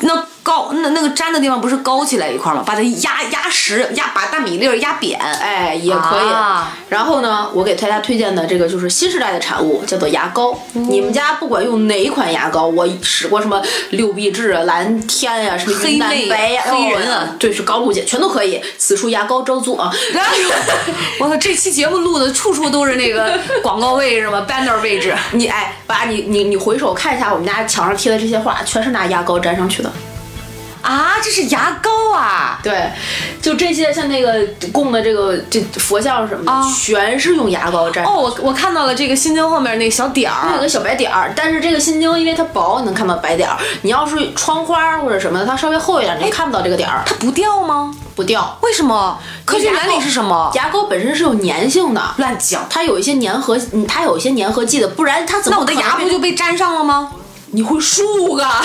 那高那那个粘的地方不是高起来一块儿吗？把它压压实，压把大米粒儿压扁。
哎，也可以。
啊
然后呢，我给大家推荐的这个就是新时代的产物，叫做牙膏。
嗯
你们家不管用哪一款牙膏，我使过什么六必治啊、蓝天呀、什么云南
黑妹
白呀、
黑人
哦
啊
对，是高露洁，全都可以。此处牙膏招租 啊。
我操，这期节目录的处处都是那个广告位置 嘛，banner 位置。
你哎，把你你你回首看一下我们家墙上贴的这些画，全是拿牙膏粘上去的。
啊，这是牙膏啊！
对，就这些像那个供的这个这佛像什么的，
啊
全是用牙膏粘。
哦，我我看到了这个心经后面那个小点
它有
儿，
个小白点儿，但是这个心经因为它薄，你能看到白点儿。你要是窗花或者什么的，它稍微厚一点，
哎
你看不到这个点儿，
它不掉吗？
不掉。
为什么？科学原理是什么？
牙膏本身是有粘性的，
乱讲！
它有一些粘合，嗯它有一些粘合剂的，不然它怎么
那我的
可能
牙
会
不就被粘上了吗？
你会漱啊，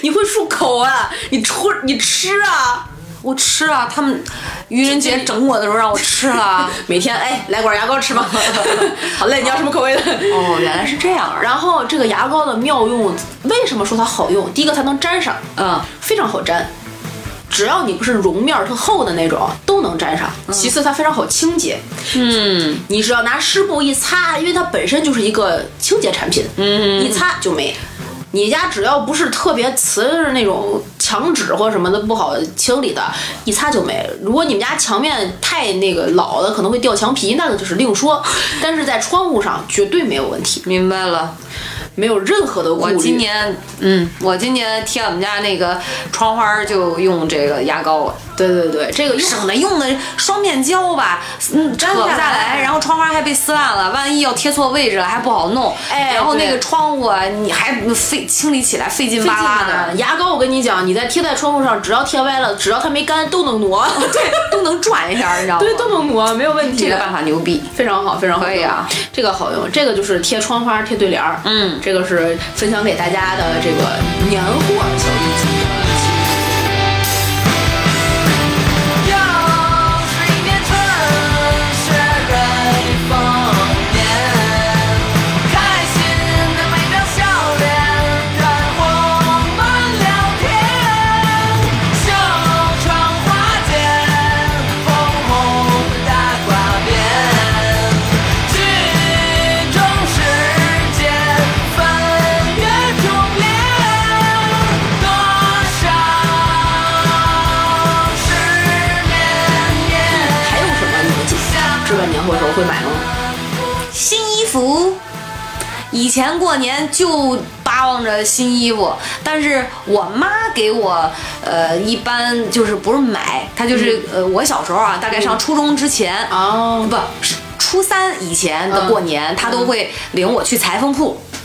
你会漱口啊，你戳你吃啊。
我吃啊，他们愚人节整我的时候让我吃啊 了。
每天哎，来管牙膏吃吧。 好嘞，你要什么口味的？
哦，原来是这样啊！
然后这个牙膏的妙用，为什么说它好用？第一个它能粘上，
嗯，
非常好粘，只要你不是绒面儿特厚的那种，都能粘上。
嗯
其次，它非常好清洁，嗯，你只要拿湿布一擦，因为它本身就是一个清洁产品，嗯，一擦就没。你家只要不是特别瓷实那种墙纸或者什么的不好清理的，一擦就没。如果你们家墙面太那个老了，可能会掉墙皮，那个就是另说。但是在窗户上绝对没有问题，
明白了。
没有任何的顾
我
虑。
今年，嗯，我今年贴我们家那个窗花儿就用这个牙膏了，
对对对，这个用
省得用的双面胶吧，嗯，扯不
下
下
来
来，然后窗花还被撕烂了，万一要贴错位置了还不好弄，
哎
然后那
对
个窗户啊，你还费清理起来费劲
费
巴
劲
拉
呢
的，
牙膏，我跟你讲，你在贴在窗户上，只要贴歪了，只要它没干，都能挪。
哦 对，都能转一下，你知道吗？
对，都能挪，没有问题
这
的。
个办法牛逼。
非常好，非常好
可以啊
用这个好用，这个就是贴窗花、贴对联儿。
嗯
这个是分享给大家的这个年货小意见。
要是
会的时候会买吗？
新衣服。以前过年就巴望着新衣服，但是我妈给我，呃，一般就是不是买，她就是、呃，我小时候啊，大概上初中之前，
哦
不是初三以前的过年，她都会领我去裁缝铺，
哎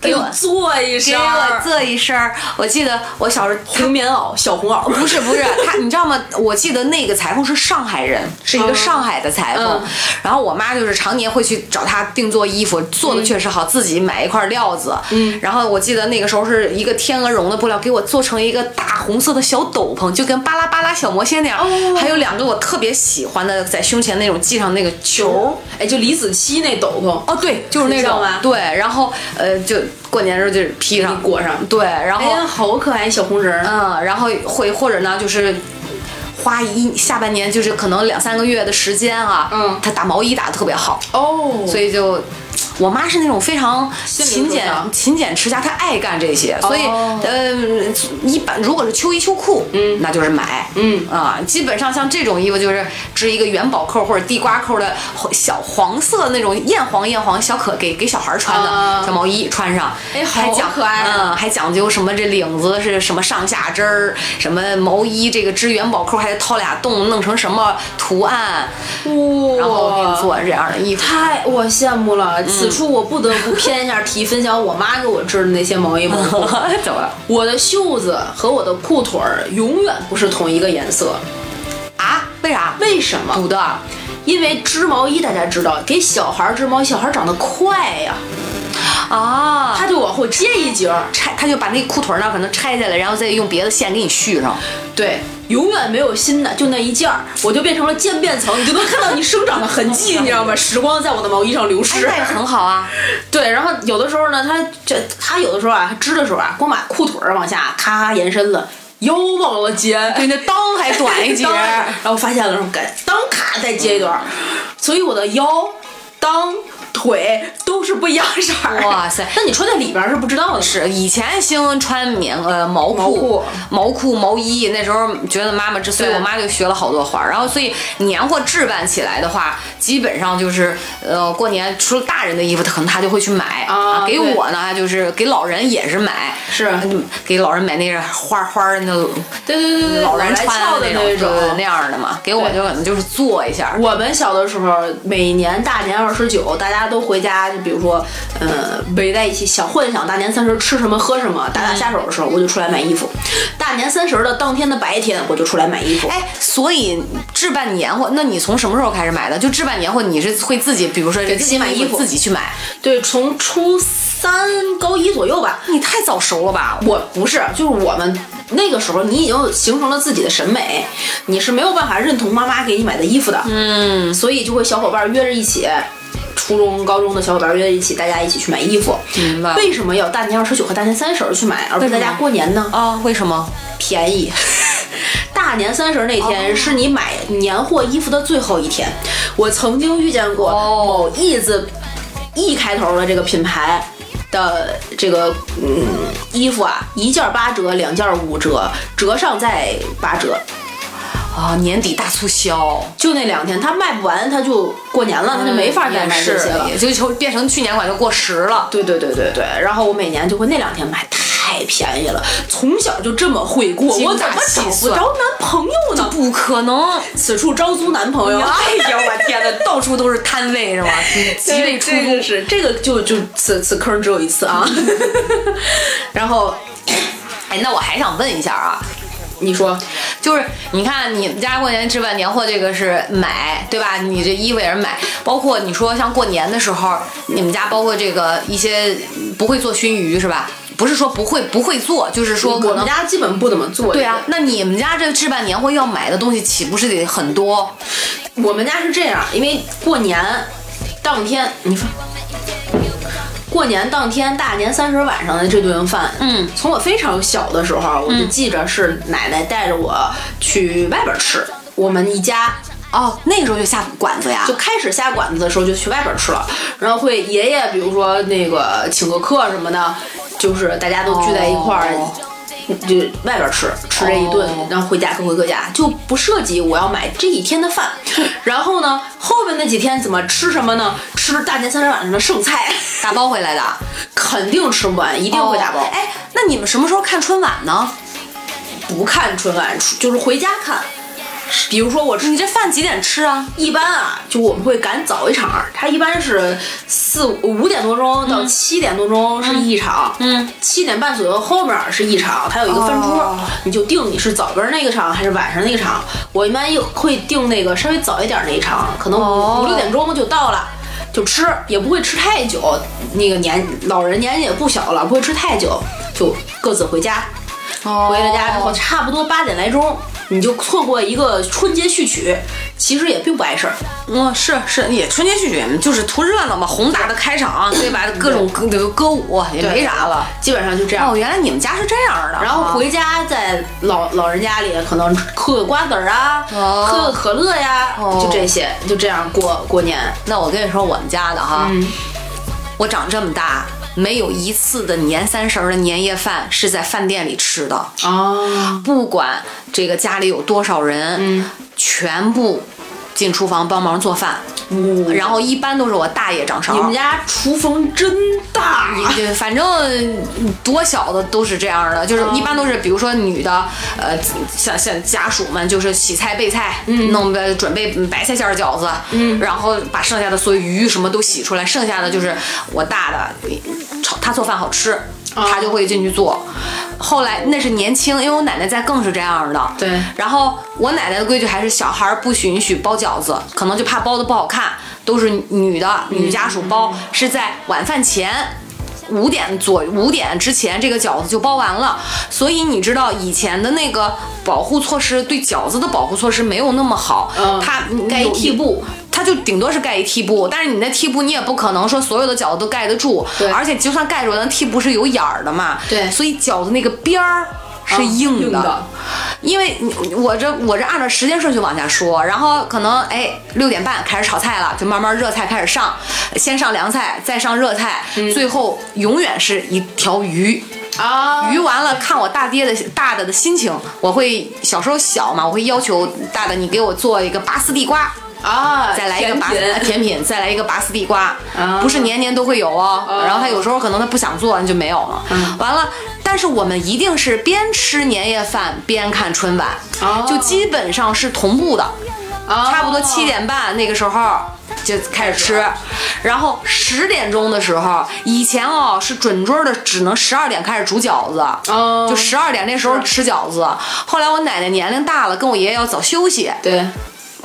给我
做一
给
身
我这一身儿。我记得我小时候，
红棉袄、小红袄，
不是不是，他你知道吗？我记得那个裁缝是上海人，是一个上海的裁缝。
嗯
然后我妈就是常年会去找他定做衣服，做
嗯
的确实好，自己买一块料子。嗯。然后我记得那个时候是一个天鹅绒的布料，给我做成一个大红色的小斗篷，就跟巴拉巴拉小魔仙那样。
哦
还有两个我特别喜欢的，在胸前那种系上那个球。
哎，就李子柒那斗篷，
哦，对，就是那
你知道
种
吗。
对，然后呃，就过年的时候就是披上
裹上
对，然后、
哎呀，好可爱，小红人儿。
嗯，然后会或者呢，就是花一下半年，就是可能两三个月的时间啊，
嗯
他打毛衣打的特别好，
哦，
所以就。我妈是那种非常
心灵
勤
手
俭
巧、
勤俭持家，她爱干这些，所以、
哦
呃，一般如果是秋衣秋裤，嗯，那就是买，
嗯
啊，基本上像这种衣服就是织一个元宝扣或者地瓜扣的小黄色那种艳黄艳黄小可给给小孩穿的、
啊
小毛衣穿上，
哎好
还讲
可爱啊
嗯，嗯，还讲究什么这领子是什么上下针儿，什么毛衣这个织元宝扣还得掏俩洞，弄成什么图案，
哇，
然后给你做这样的衣服。
太我羡慕了。此
嗯
处我不得不偏一下题，分享我妈给我织的那些毛衣毛裤。
怎么了？
我的袖子和我的裤腿儿永远不是同一个颜色，
啊？为啥？
为什么？
补的？
因为织毛衣大家知道，给小孩儿织毛衣，小孩儿长得快呀，
啊？
他就往后接一截 儿。
拆，他就把那裤腿儿那儿可能拆下来，然后再用别的线给你续上。
对，永远没有新的，就那一件儿，我就变成了渐变层，你就能看到你生长的痕迹，你知道吗？时光在我的毛衣上流
哎，
逝。
那也很好啊。
对，然后有的时候呢，他这他有的时候啊，织的时候啊，光把裤腿儿往下咔咔延伸了，腰忘了接，
对，那裆还短一 截
当
儿
然。后发现了什么感，当咔再接一段儿，所以我的腰、裆、腿都是不一样色儿。
哇塞
那你穿在里边儿是不知道的，
是以前兴穿棉呃毛
毛
裤
裤、
毛裤、毛衣，那时候觉得妈妈织，所以
对
我妈就学了好多花儿。然后，所以年货置办起来的话，基本上就是呃过年除了大人的衣服，她可能她就会去买
啊
给
对
我呢，就是给老人也是买，
是
嗯给老人买那个花花儿那种
对对对对，
老人
来
穿
翘
的
的
那种对对对那
种。
样的嘛。给我
对
就可能就是做一下，
我们小的时候，每年大年二十九，大家都回家，就比如说，呃，围在一起想幻想大年三十吃什么喝什么，打打下手的时候，我就出来买衣服；大年三十的当天的白天，我就出来买衣服。
哎，所以置办年货，那你从什么时候开始买的？就置办年货，你是会自己，比如说
给自己
新
买衣服
自己去买。
对，从初三高一左右吧，
你太早熟了吧？
我不是，就是我们那个时候，你已经形成了自己的审美，你是没有办法认同妈妈给你买的衣服的，嗯，所以就会小伙伴约着一起。初中、高中的小伙伴约着一起，大家一起去买衣服。
明白
为什么要大年二十九和大年三十儿去买，而不是大
为什
家
么
过年呢？
啊，为什么？
便宜。 大年三十那
哦
天是你买年货衣服的最后一天。我曾经遇见过
哦
某义字一开头的这个品牌的这个嗯衣服啊，一件八折，两件五折，折上再八折，
啊，年底大促销，
就那两天，它卖不完，它就过年了，它就没法再卖这些了。
嗯也就就变成去年款就过时了。
对对对对对，然后我每年就会那两天买，太便宜了。从小就这么会过，
精
我怎
打
么
细
找不
算
着男朋友呢？
不可能！
此处招租男朋友。
哎呀，我 天哪，到处都是摊位是吗？
对
极为出
这
众
个。是这个就就此此坑只有一次啊。 然后
哎，那我还想问一下啊，
你说，
就是你看你们家过年置办年货这个是买对吧？你这衣服也是买，包括你说像过年的时候，你们家包括这个一些不会做熏鱼是吧？不是说不会不会做，就是说
我
可
们
能
家基本不怎么做。
对啊，，那你们家这置办年货要买的东西岂不是得很多？
我们家是这样，因为过年当天，你说。过年当天，大年三十晚上的这顿饭，
嗯
从我非常小的时候，啊我就记着是奶奶带着我去外边吃。我们一家
哦，那个时候就下馆子呀
就。开始下馆子的时候就去外边吃了，然后会爷爷比如说那个请个客什么的，就是大家都聚在一块儿。
哦
就外边吃，吃这一顿，
哦
然后回家各回各家，就不涉及我要买这一天的 饭。然后呢，后边那几天怎么吃什么呢？吃大年三十晚上的剩菜，
打包回来的，
肯定吃不完，一定会打包。
哦哎，那你们什么时候看春晚呢？
不看春晚，出就是回家看。比如说我吃
你这饭几点吃啊？
一般啊，就我们会赶早一场，它一般是四五点多钟到七点多钟是一场，
嗯，
七点半左右后面是一场，它有一个分桌，
哦
你就定你是早边那个场还是晚上那个场。我一般又会定那个稍微早一点那一场，可能
哦
五五六点钟就到了。就吃也不会吃太久，那个年老人年纪也不小了，不会吃太久，就各自回家。
哦
回了家之后，差不多八点来钟，你就错过一个春节序曲，其实也并不碍事儿。
嗯，是是，也春节序曲就是图热闹嘛，宏大的开场，对吧？
嗯
各种歌歌舞也没啥了。
基本上就这样。
哦，原来你们家是这样的。
然后回家在老老人家里，可能嗑个瓜子儿啊，
哦
喝个可乐呀，
哦
就这些，就这样过过年。
那我跟你说，我们家的哈，
嗯
我长这么大，没有一次的年三十儿的年夜饭是在饭店里吃的，
哦，
不管这个家里有多少人，
嗯
全部进厨房帮忙做饭。
然
然后一般都是我大爷掌勺。
后哦你们家厨房真大，
对，反正多小的都是这样的，就是一般都是，比如说女的，呃，像像家属们，就是洗菜备菜，弄的准备白菜馅儿饺子，嗯，然后把剩下的所有鱼什么都洗出来，剩下的就是我大的炒，他做饭好吃，他就会进去做。后来那是年轻，因为我奶奶在更是这样的，
对
然后我奶奶的规矩还是小孩儿不允许包饺子，可能就怕包的不好看，都是女的女家属
嗯
包，是在晚饭前。五点左五点之前，这个饺子就包完了。所以你知道以前的那个保护措施，对饺子的保护措施没有那么好。
嗯
它
盖一屉
布，它就顶多是盖一屉布，但是你那屉布你也不可能说所有的饺子都盖得住。
对
而且就算盖住，那屉布是有眼儿的嘛。
对
所以饺子那个边儿啊是
嗯
硬
硬的
因为你我这我这按照时间顺序往下说，然后可能哎六点半开始炒菜了，就慢慢热菜开始上，先上凉菜，再上热菜，最后永远是一条鱼。
啊，
鱼完了，看我大爹的大的的心情，我会小时候小嘛，我会要求大的你给我做一个拔丝地瓜，
啊，
哦再来一个
甜
拔
品
丝 甜品，再来一个拔丝地瓜
啊，
不是年年都会有哦
哦。
然后他有时候可能他不想做，那就没有了。
嗯
完了，但是我们一定是边吃年夜饭边看春晚
哦，
就基本上是同步的，
啊
差不多七点半那个时候。就开始吃，然后十点钟的时候，以前哦是准准的，只能十二点开始煮饺子，
哦
就十二点那时候吃饺子。后来我奶奶年龄大了，跟我爷爷要早休息，
对，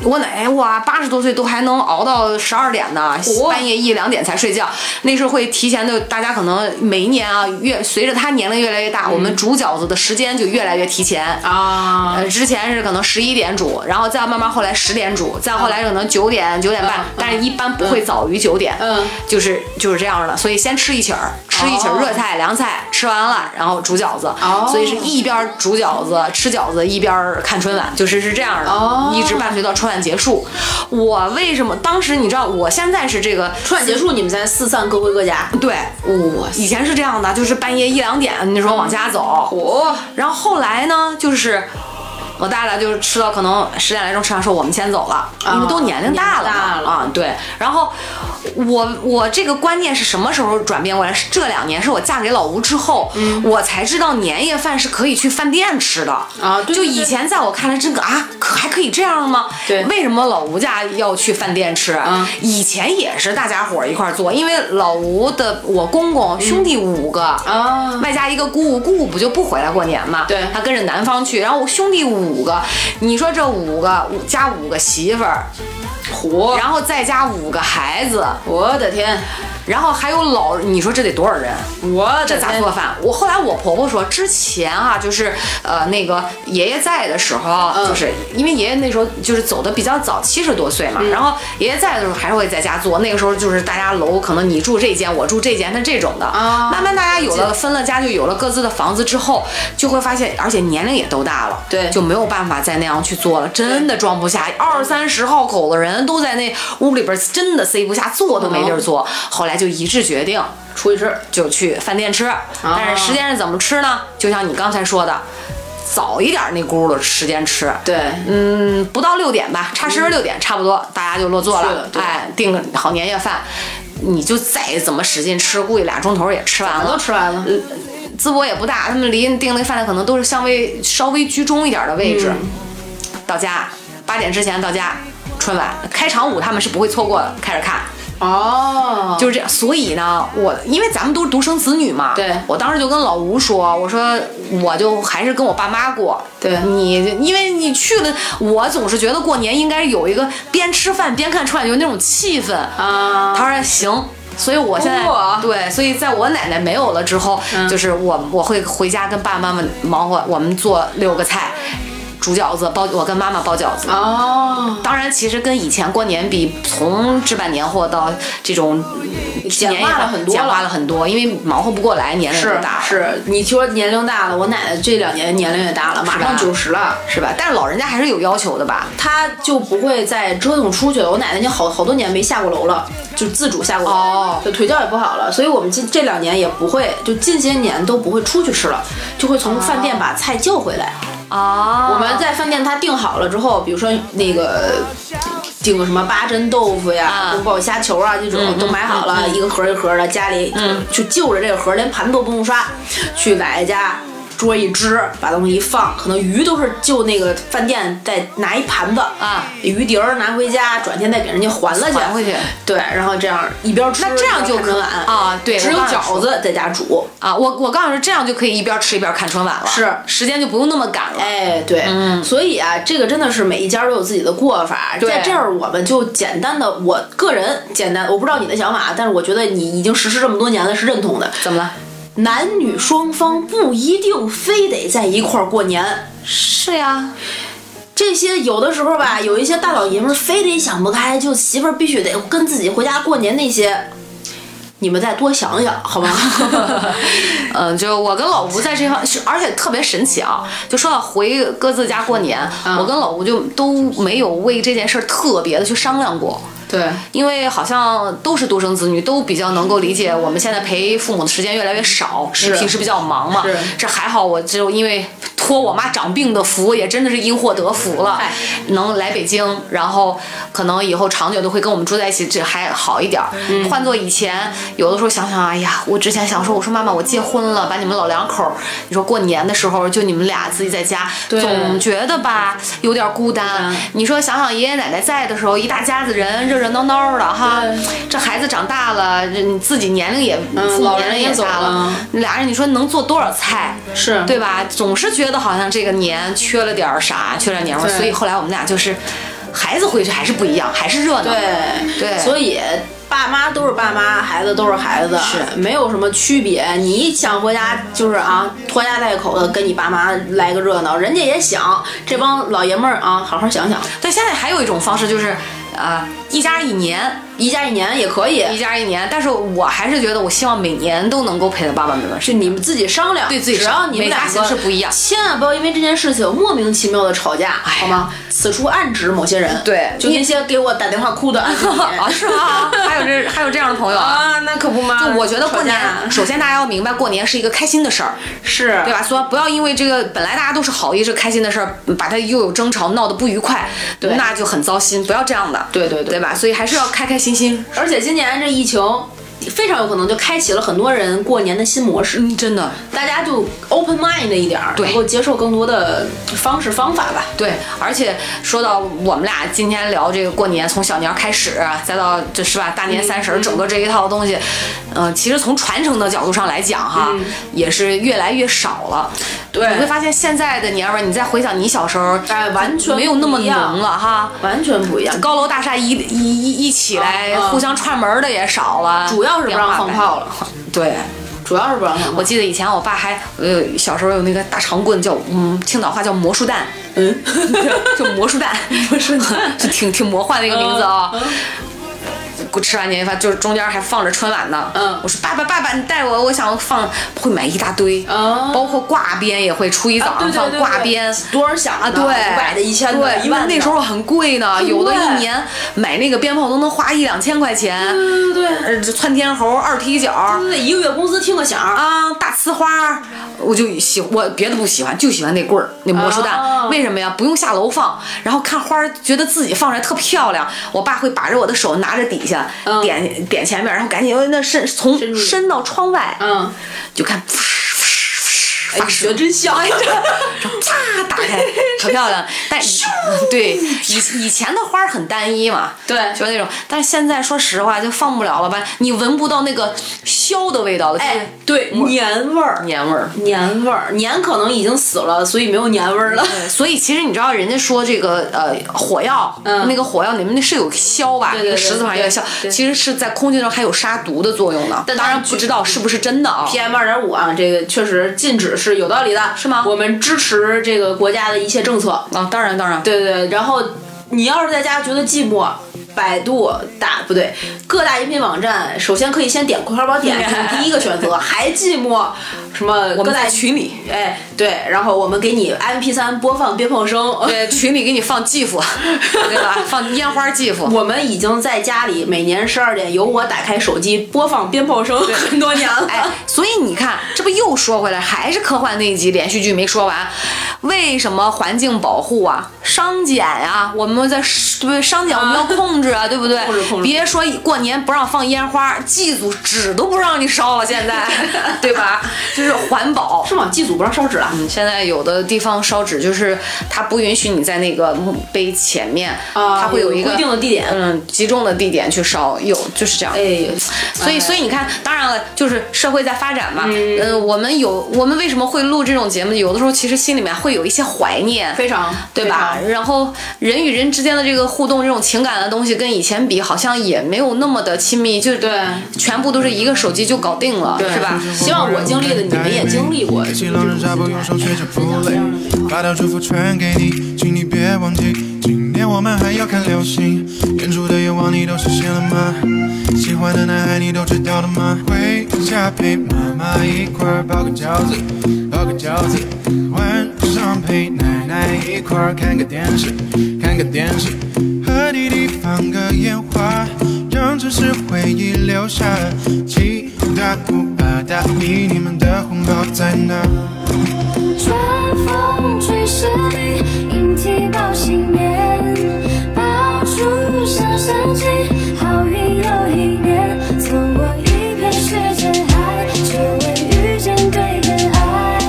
我奶奶哇，八十多岁都还能熬到十二点呢，
哇
半夜一两点才睡觉。那时候会提前的，大家可能每一年啊，越随着她年龄越来越大，我们煮饺子的时间就越来越提前。
啊
呃，之前是可能十一点煮，然后再慢慢后来十点煮，再后来可能九点九点半
嗯，
但是一般不会早于九点，
嗯，
就是就是这样的，所以先吃一起儿，吃一起儿
哦
热菜凉菜，吃完了然后煮饺子，
哦
所以是一边煮饺子吃饺子一边看春晚，就是是这样的，
哦
一直伴随到春晚结束。我为什么当时你知道，我现在是这个
春晚结束，你们再四散各回各家。
对。
哇
以前是这样的，就是半夜一两点那时候往家走，
我
然后后来呢，就是我大大就是吃到可能十点来钟吃完，说我们先走了，因为都年龄大了嘛
啊年龄大了
啊，对。然后我我这个观念是什么时候转变过来？是这两年，是我嫁给老吴之后，
嗯
我才知道年夜饭是可以去饭店吃的
啊对
就
对对
以前在我看来，这个啊，可还可以这样吗？
对
为什么老吴家要去饭店吃？啊
嗯
以前也是大家伙儿一块儿做，因为老吴的我公公兄弟五个啊
啊，
外加一个姑姑，姑姑不就不回来过年嘛？
对
他跟着男方去，然后我兄弟五个，你说这五个五加五个媳妇儿，
火，
然后再加五个孩子，
我的天，
然后还有老，你说这得多少人？
我的
这咋
天
做饭？我后来我婆婆说，之前啊，就是呃那个爷爷在的时候，
嗯
就是因为爷爷那时候就是走的比较早，七十多岁
嗯
嘛，然后爷爷在的时候还是会在家做。那个时候就是大家楼可能你住这间，我住这间，那这种的。
啊
慢慢大家有了分了家，就有了各自的房子之后，就会发现，而且年龄也都大了，
对
就没有办法再那样去做了，真的装不
哦
下。二三十号口的人都在那屋里边，真的塞不下，坐都没地儿坐。后来来就一致决定
出去吃，
就去饭店
啊
吃。但是时间是怎么吃呢？就像你刚才说的，早一点那轱辘时间吃。
对，
嗯，不到六点吧，差十六点差不多，大家就落座
去
了
嗯了。对
哎，订个好年夜饭，你就再怎么使劲吃，估计俩钟头也吃完
咱都
了。
吃完了，
淄博也不大，他们离订那饭店可能都是稍微稍微居中一点的位置。
嗯
到家八点之前到家，春晚开场舞他们是不会错过的，开始看。
哦，
就是这样。所以呢，我因为咱们都是独生子女嘛，
对
我当时就跟老吴说，我说我就还是跟我爸妈过。
对
你，因为你去了，我总是觉得过年应该有一个边吃饭边看春晚，有那种气氛。
啊，
他说行。所以我现在、
哇
对，所以在我奶奶没有了之后，
嗯
就是我我会回家跟爸爸妈妈忙活，我们做六个菜，煮饺子，包我跟妈妈包饺子。
哦，
当然，其实跟以前过年比，从置办年货到这种嗯
简化
年夜饭
了很多
简
了
化了很多，因为忙活不过来，年龄
是
也大了，
是，你说年龄大了，我奶奶这两年年龄也大了，马上
是吧
九十了。
是吧？但是老人家还是有要求的吧？
她就不会再折腾出去了。我奶奶已经好好多年没下过楼了，就自主下过楼，
哦
就腿脚也不好了，所以我们近这两年也不会，就近些年都不会出去吃了，就会从饭店把菜叫回来。
啊，
我们在饭店他订好了之后，比如说那个订个什么八珍豆腐呀、
啊嗯
宫保虾球啊这种、都买好了，一个盒儿一个盒儿的，家里嗯就就着这个盒儿，连盘都不用刷，去奶奶家。桌一支，把东西一放，可能鱼都是就那个饭店再拿一盘子
啊，
鱼碟儿拿回家，转天再给人家还了去，
还回去
对，然后这样一边吃，
那这样就
一边看春晚
啊对
只有
我刚想
饺
说
子在家煮，
啊，我我告诉你，这样就可以一边吃一边看春晚了，
是
时间就不用那么赶了。
哎，对，所以啊，这个真的是每一家都有自己的过法。
对
在这儿，我们就简单的，我个人简单，我不知道你的想法啊，但是我觉得你已经实施这么多年了，是认同的。
怎么了？
男女双方不一定非得在一块儿过年，
是呀，
这些有的时候吧，有一些大老爷们儿非得想不开，就媳妇儿必须得跟自己回家过年那些，你们再多想想好吗？
嗯，就我跟老吴在这方，是而且特别神奇啊！就说到回各自家过年，我跟老吴就都没有为这件事儿特别的去商量过。
对，
因为好像都是独生子女，都比较能够理解我们现在陪父母的时间越来越少，是平时比较忙嘛
是。
这还好，我只有因为托我妈长病的福，也真的是因祸得福了
哎，
能来北京，然后可能以后长久都会跟我们住在一起，这还好一点儿。换做以前，有的时候想想，哎呀，我之前想说，我说妈妈，我结婚了，把你们老两口儿，你说过年的时候就你们俩自己在家，
对
总觉得吧有点孤单
单。
你说想想爷爷奶奶在的时候，一大家子人热热闹闹的哈
对，
这孩子长大了，这你自己年龄也，
嗯
父母
老
年
人
龄
也
也
走
大
了嗯
了，俩人你说能做多少菜？
是
对吧？总是觉得好像这个年缺了点儿啥，缺了点儿什么，
对
所以后来我们俩就是，孩子回去还是不一样，还是热闹。
对
对
所以爸妈都是爸妈，孩子都是孩子，
是
没有什么区别。你想回家就是啊，拖家带口的跟你爸妈来个热闹，人家也想这帮老爷们儿啊，好好想想，
对，现在还有一种方式就是，啊、一家一年，
一家一年也可以，
一家一年。但是我还是觉得，我希望每年都能够陪着爸爸妈妈。
就你们自己商量，
对自己
只
商
要
量
你们
每
俩
家形式不一样
千万不要因为这件事情莫名其妙的吵架，
哎呀
好吗？此处暗指某些人，
对
就那些给我打电话哭的暗指你
啊，是吗？还有这还有这样的朋友啊？
啊，那可不嘛
就我觉得过年
吵架，啊
首先大家要明白，过年是一个开心的事儿，
是啊
对吧？所以不要因为这个本来大家都是好意，是开心的事儿，把它又有争吵，闹得不愉快，
对
那就很糟心。不要这样的，
对对对
对吧？所以还是要开开心心。
而且今年这疫情，非常有可能就开启了很多人过年的新模式，
嗯，真的，
大家就 open mind 一点儿，
对
能够接受更多的方式方法吧。
对，而且说到我们俩今天聊这个过年，从小年儿开始，再到这是吧，大年三
嗯
十儿整个这一套东西，嗯、其实从传承的角度上来讲哈，也是越来越少了。
嗯对
你会发现现在的年味儿，你再回想你小时候，
哎完全
没有那么
不一
浓
样
了哈。
完全不一样，
高楼大厦一一一一起来，
啊啊
互相串门儿的也少了，
主要是不让
变化
放
呗
炮了。嗯
对，
主要是不让放炮。
我记得以前我爸还呃小时候有那个大长棍叫嗯青岛话叫魔术弹，
嗯，嗯
就魔术弹，魔术弹就挺挺魔幻的一个名字啊、吃完年夜饭就是中间还放着春晚呢。
嗯
我说爸爸爸爸，你带我，我想放，会买一大堆，
哦
包括挂鞭也会，初一早
对
上
啊对
放
对
挂
对
鞭。
多少响
啊，
的
对，
五百的、一千的、
对，
一
因为
万的
那时候很贵呢，
很贵
有的一年买那个鞭炮都能花一两千块钱，
对对对
呃，这窜天猴、二踢脚
对对，一个月工资听个响儿，
啊，大呲花，我就喜我别的不喜欢，就喜欢那棍儿，那魔术弹，
哦
为什么呀？不用下楼放，然后看花儿，觉得自己放出来特漂亮。我爸会把着我的手拿着底下、
嗯
点点前面，然后赶紧那伸从
伸出去
伸到窗外，
嗯，
就看。
哎，你学真像，
啪打开，可漂亮。但对以以前的花儿很单一嘛，
对
就那种。但是现在说实话，就放不了了吧？你闻不到那个硝的味道 了，
哎，对，年味儿，
年味儿。
年味儿，年可能已经死了，所以没有年味儿了。
所以其实你知道，人家说这个呃火药，
嗯
那个火药你们那是有硝吧？
对对对
那个石子玩意儿有硝，
对对
其实是在空气中还有杀毒的作用呢。
但
当
它
然不知道是
嗯
不是真的啊。
PM 二点五啊，这个确实禁止是有道理的，
是吗
我们支持这个国家的一切政策。
啊，当然当然，
对对，对然后你要是在家觉得寂寞，百度打不对，各大音频网站首先可以先点葵花宝 典，这是第一个选择。还寂寞，什么
我
各
们
大
在群里，
哎对，然后我们给你 MP 3播放鞭炮声。
对群里给你放继父，对吧？ 放烟花继 父。
我们已经在家里每年十二点由我打开手机播放鞭炮声很多年了。
哎，所以你看，这不又说回来，还是科幻那一集连续剧没说完。为什么环境保护啊、商检呀、我们在对不对？商检我们要控制啊，对不对？
控制控制
别说过年不让放烟花，祭祖纸都不让你烧 了，现在，对吧？就是环保。
是吗？祭祖不让烧纸了。
嗯现在有的地方烧纸就是它不允许你在那个墓碑前面，
啊
它会有一
有
个
固定的地点
嗯，集中的地点去烧，有就是这样。
哎，
所以，所以你看，当然了，就是社会在发展嘛。
嗯
呃，我们有，我们为什么会录这种节目？有的时候其实心里面会有一些怀念，
非常
对吧？然后人与人之间的这个互动，这种情感的东西，跟以前比好像也没有那么的亲密，就
对
全部都是一个手机就搞定了，
对
是吧？
希望我经历的你们也经历过。
一起狼人杀不用手学着不累，发条祝福全给你，请你别忘记，今年我们还要看流星。远处的愿望你都实现了吗？喜欢的男孩你都知道了吗？回家陪妈妈一块儿包个饺子，包个饺子。晚上陪奶奶一块儿看个电视，看个电视。和弟弟放个烟花，让这是回忆留下。七大姑八大姨，你们的红包在哪？
春风吹十里，莺啼报新年，爆竹声声起，好运又一年。送我一片雪间海，只为遇见对的爱。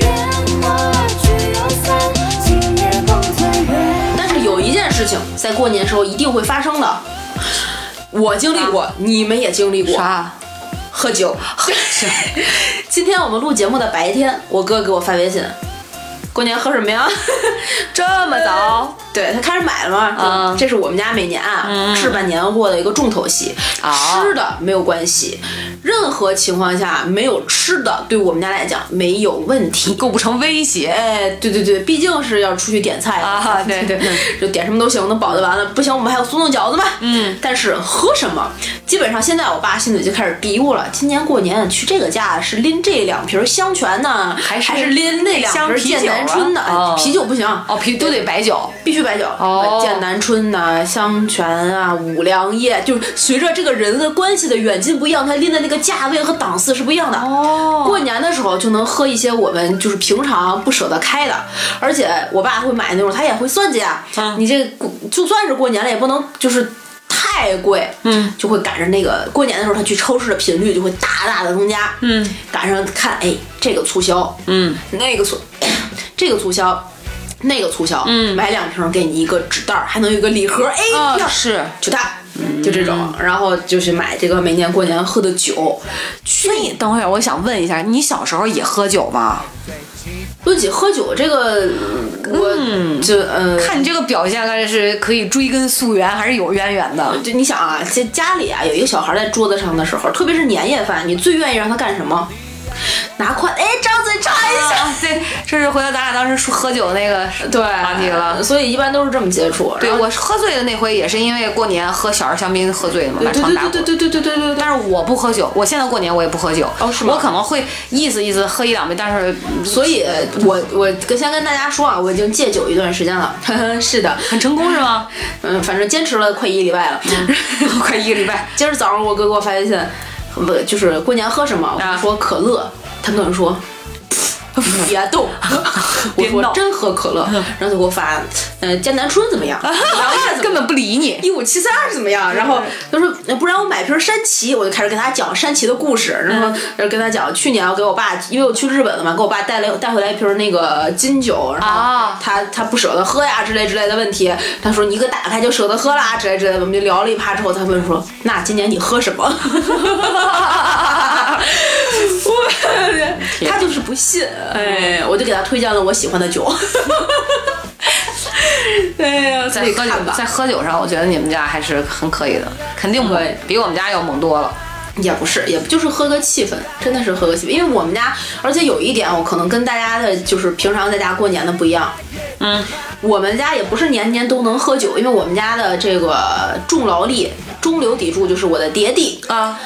烟火聚又散，今夜梦团圆。
但是有一件事情在过年时候一定会发生的，我经历过，你们也经历过。
啥？
喝 酒，喝酒。今天我们录节目的白天，我哥给我发微信，过年喝什么呀？ 这么
早？
对他开始买了嘛。
嗯
这是我们家每年啊、置办年货的一个重头戏，
哦
吃的没有关系，任何情况下没有吃的，对我们家来讲没有问题。
构不成威胁。
哎，对对对，毕竟是要出去点菜的
啊对对，
就点什么都行，能饱就完了。不行，我们还有速冻饺子嘛。嗯，但是喝什么，基本上现在我爸心里就开始嘀咕了：今年过年去这个家是拎这两瓶香泉呢，还
是
是拎那两
香
瓶
啤酒
剑南春呢？
啊哦
哎啤酒不行。
哦，啤都得白酒。
必须白酒，
哦
剑南春呐、香泉啊、五粮液，就是随着这个人的关系的远近不一样，他拎的那个价位和档次是不一样的。
哦
过年的时候就能喝一些我们就是平常不舍得开的，而且我爸会买那种，他也会算计啊。
嗯
你这过就算是过年了，也不能就是太贵，嗯，就会赶上那个过年的时候，他去超市的频率就会大大的增加，嗯，赶上看哎这个促销，嗯，那个促 这个促销。那个促销，嗯，买两瓶给你一个纸袋儿，还能有一个礼盒，哎，
啊
漂亮
是
就它，就这种，然后就是买这个每年过年喝的酒，去
所以等会儿我想问一下，你小时候也喝酒吗？
论起喝酒这个，我就呃，
看你这个表现，还是可以追根溯源，还是有渊源的。
就你想啊，这家里啊有一个小孩在桌子上的时候，特别是年夜饭，你最愿意让他干什么？拿筷，哎，张嘴插一下。
啊，对，这是回到咱俩当时说喝酒那个
对，
话题了。
所以一般都是这么接触。
对
然后
我喝醉的那回也是因为过年喝小儿香槟喝醉的嘛，
对
把
对
床打
对
滚。
对对对对对对对。
但是我不喝酒，我现在过年我也不喝酒。
哦是吗
我可能会意思意思喝一两杯，但是
所以我，我先跟大家说啊，我已经戒酒一段时间了。 是的，
很成功是吗？
嗯，反正坚持了快一礼拜了。
快一个礼拜，
今儿早上我哥给我发微信，不就是过年喝什么？
啊
我说可乐，他跟我说。别 动！我
别
说
闹嗯
真喝可乐，然后他给我发，呃，江南春怎么 样？然后一下怎么样
根本不理你。嗯
一五七三二是怎么样？然后他说，呃不然我买瓶山崎，我就开始跟他讲山崎的故事，然
嗯
后呃跟他讲去年我给我爸，因为我去日本了嘛，给我爸带来带回来一瓶那个金酒，然后
啊
他他不舍得喝呀之类之类的问题，他说你一个打开就舍得喝啦之类之类的，我们就聊了一趴之后，他问说，那今年你喝什么？ 我 他就是不信，哎，我就给他推荐了我喜欢的酒。 哎呀，
在
所以
喝酒
看吧，
在喝酒上，我觉得你们家还是很可以的，肯定猛
对
比我们家要猛多了。
也不是，也就是喝个气氛，真的是喝个气氛。因为我们家，而且有一点，我可能跟大家的就是平常在家过年的不一样。
嗯，
我们家也不是年年都能喝酒，因为我们家的这个重劳力、中流砥柱就是我的爹地，
啊，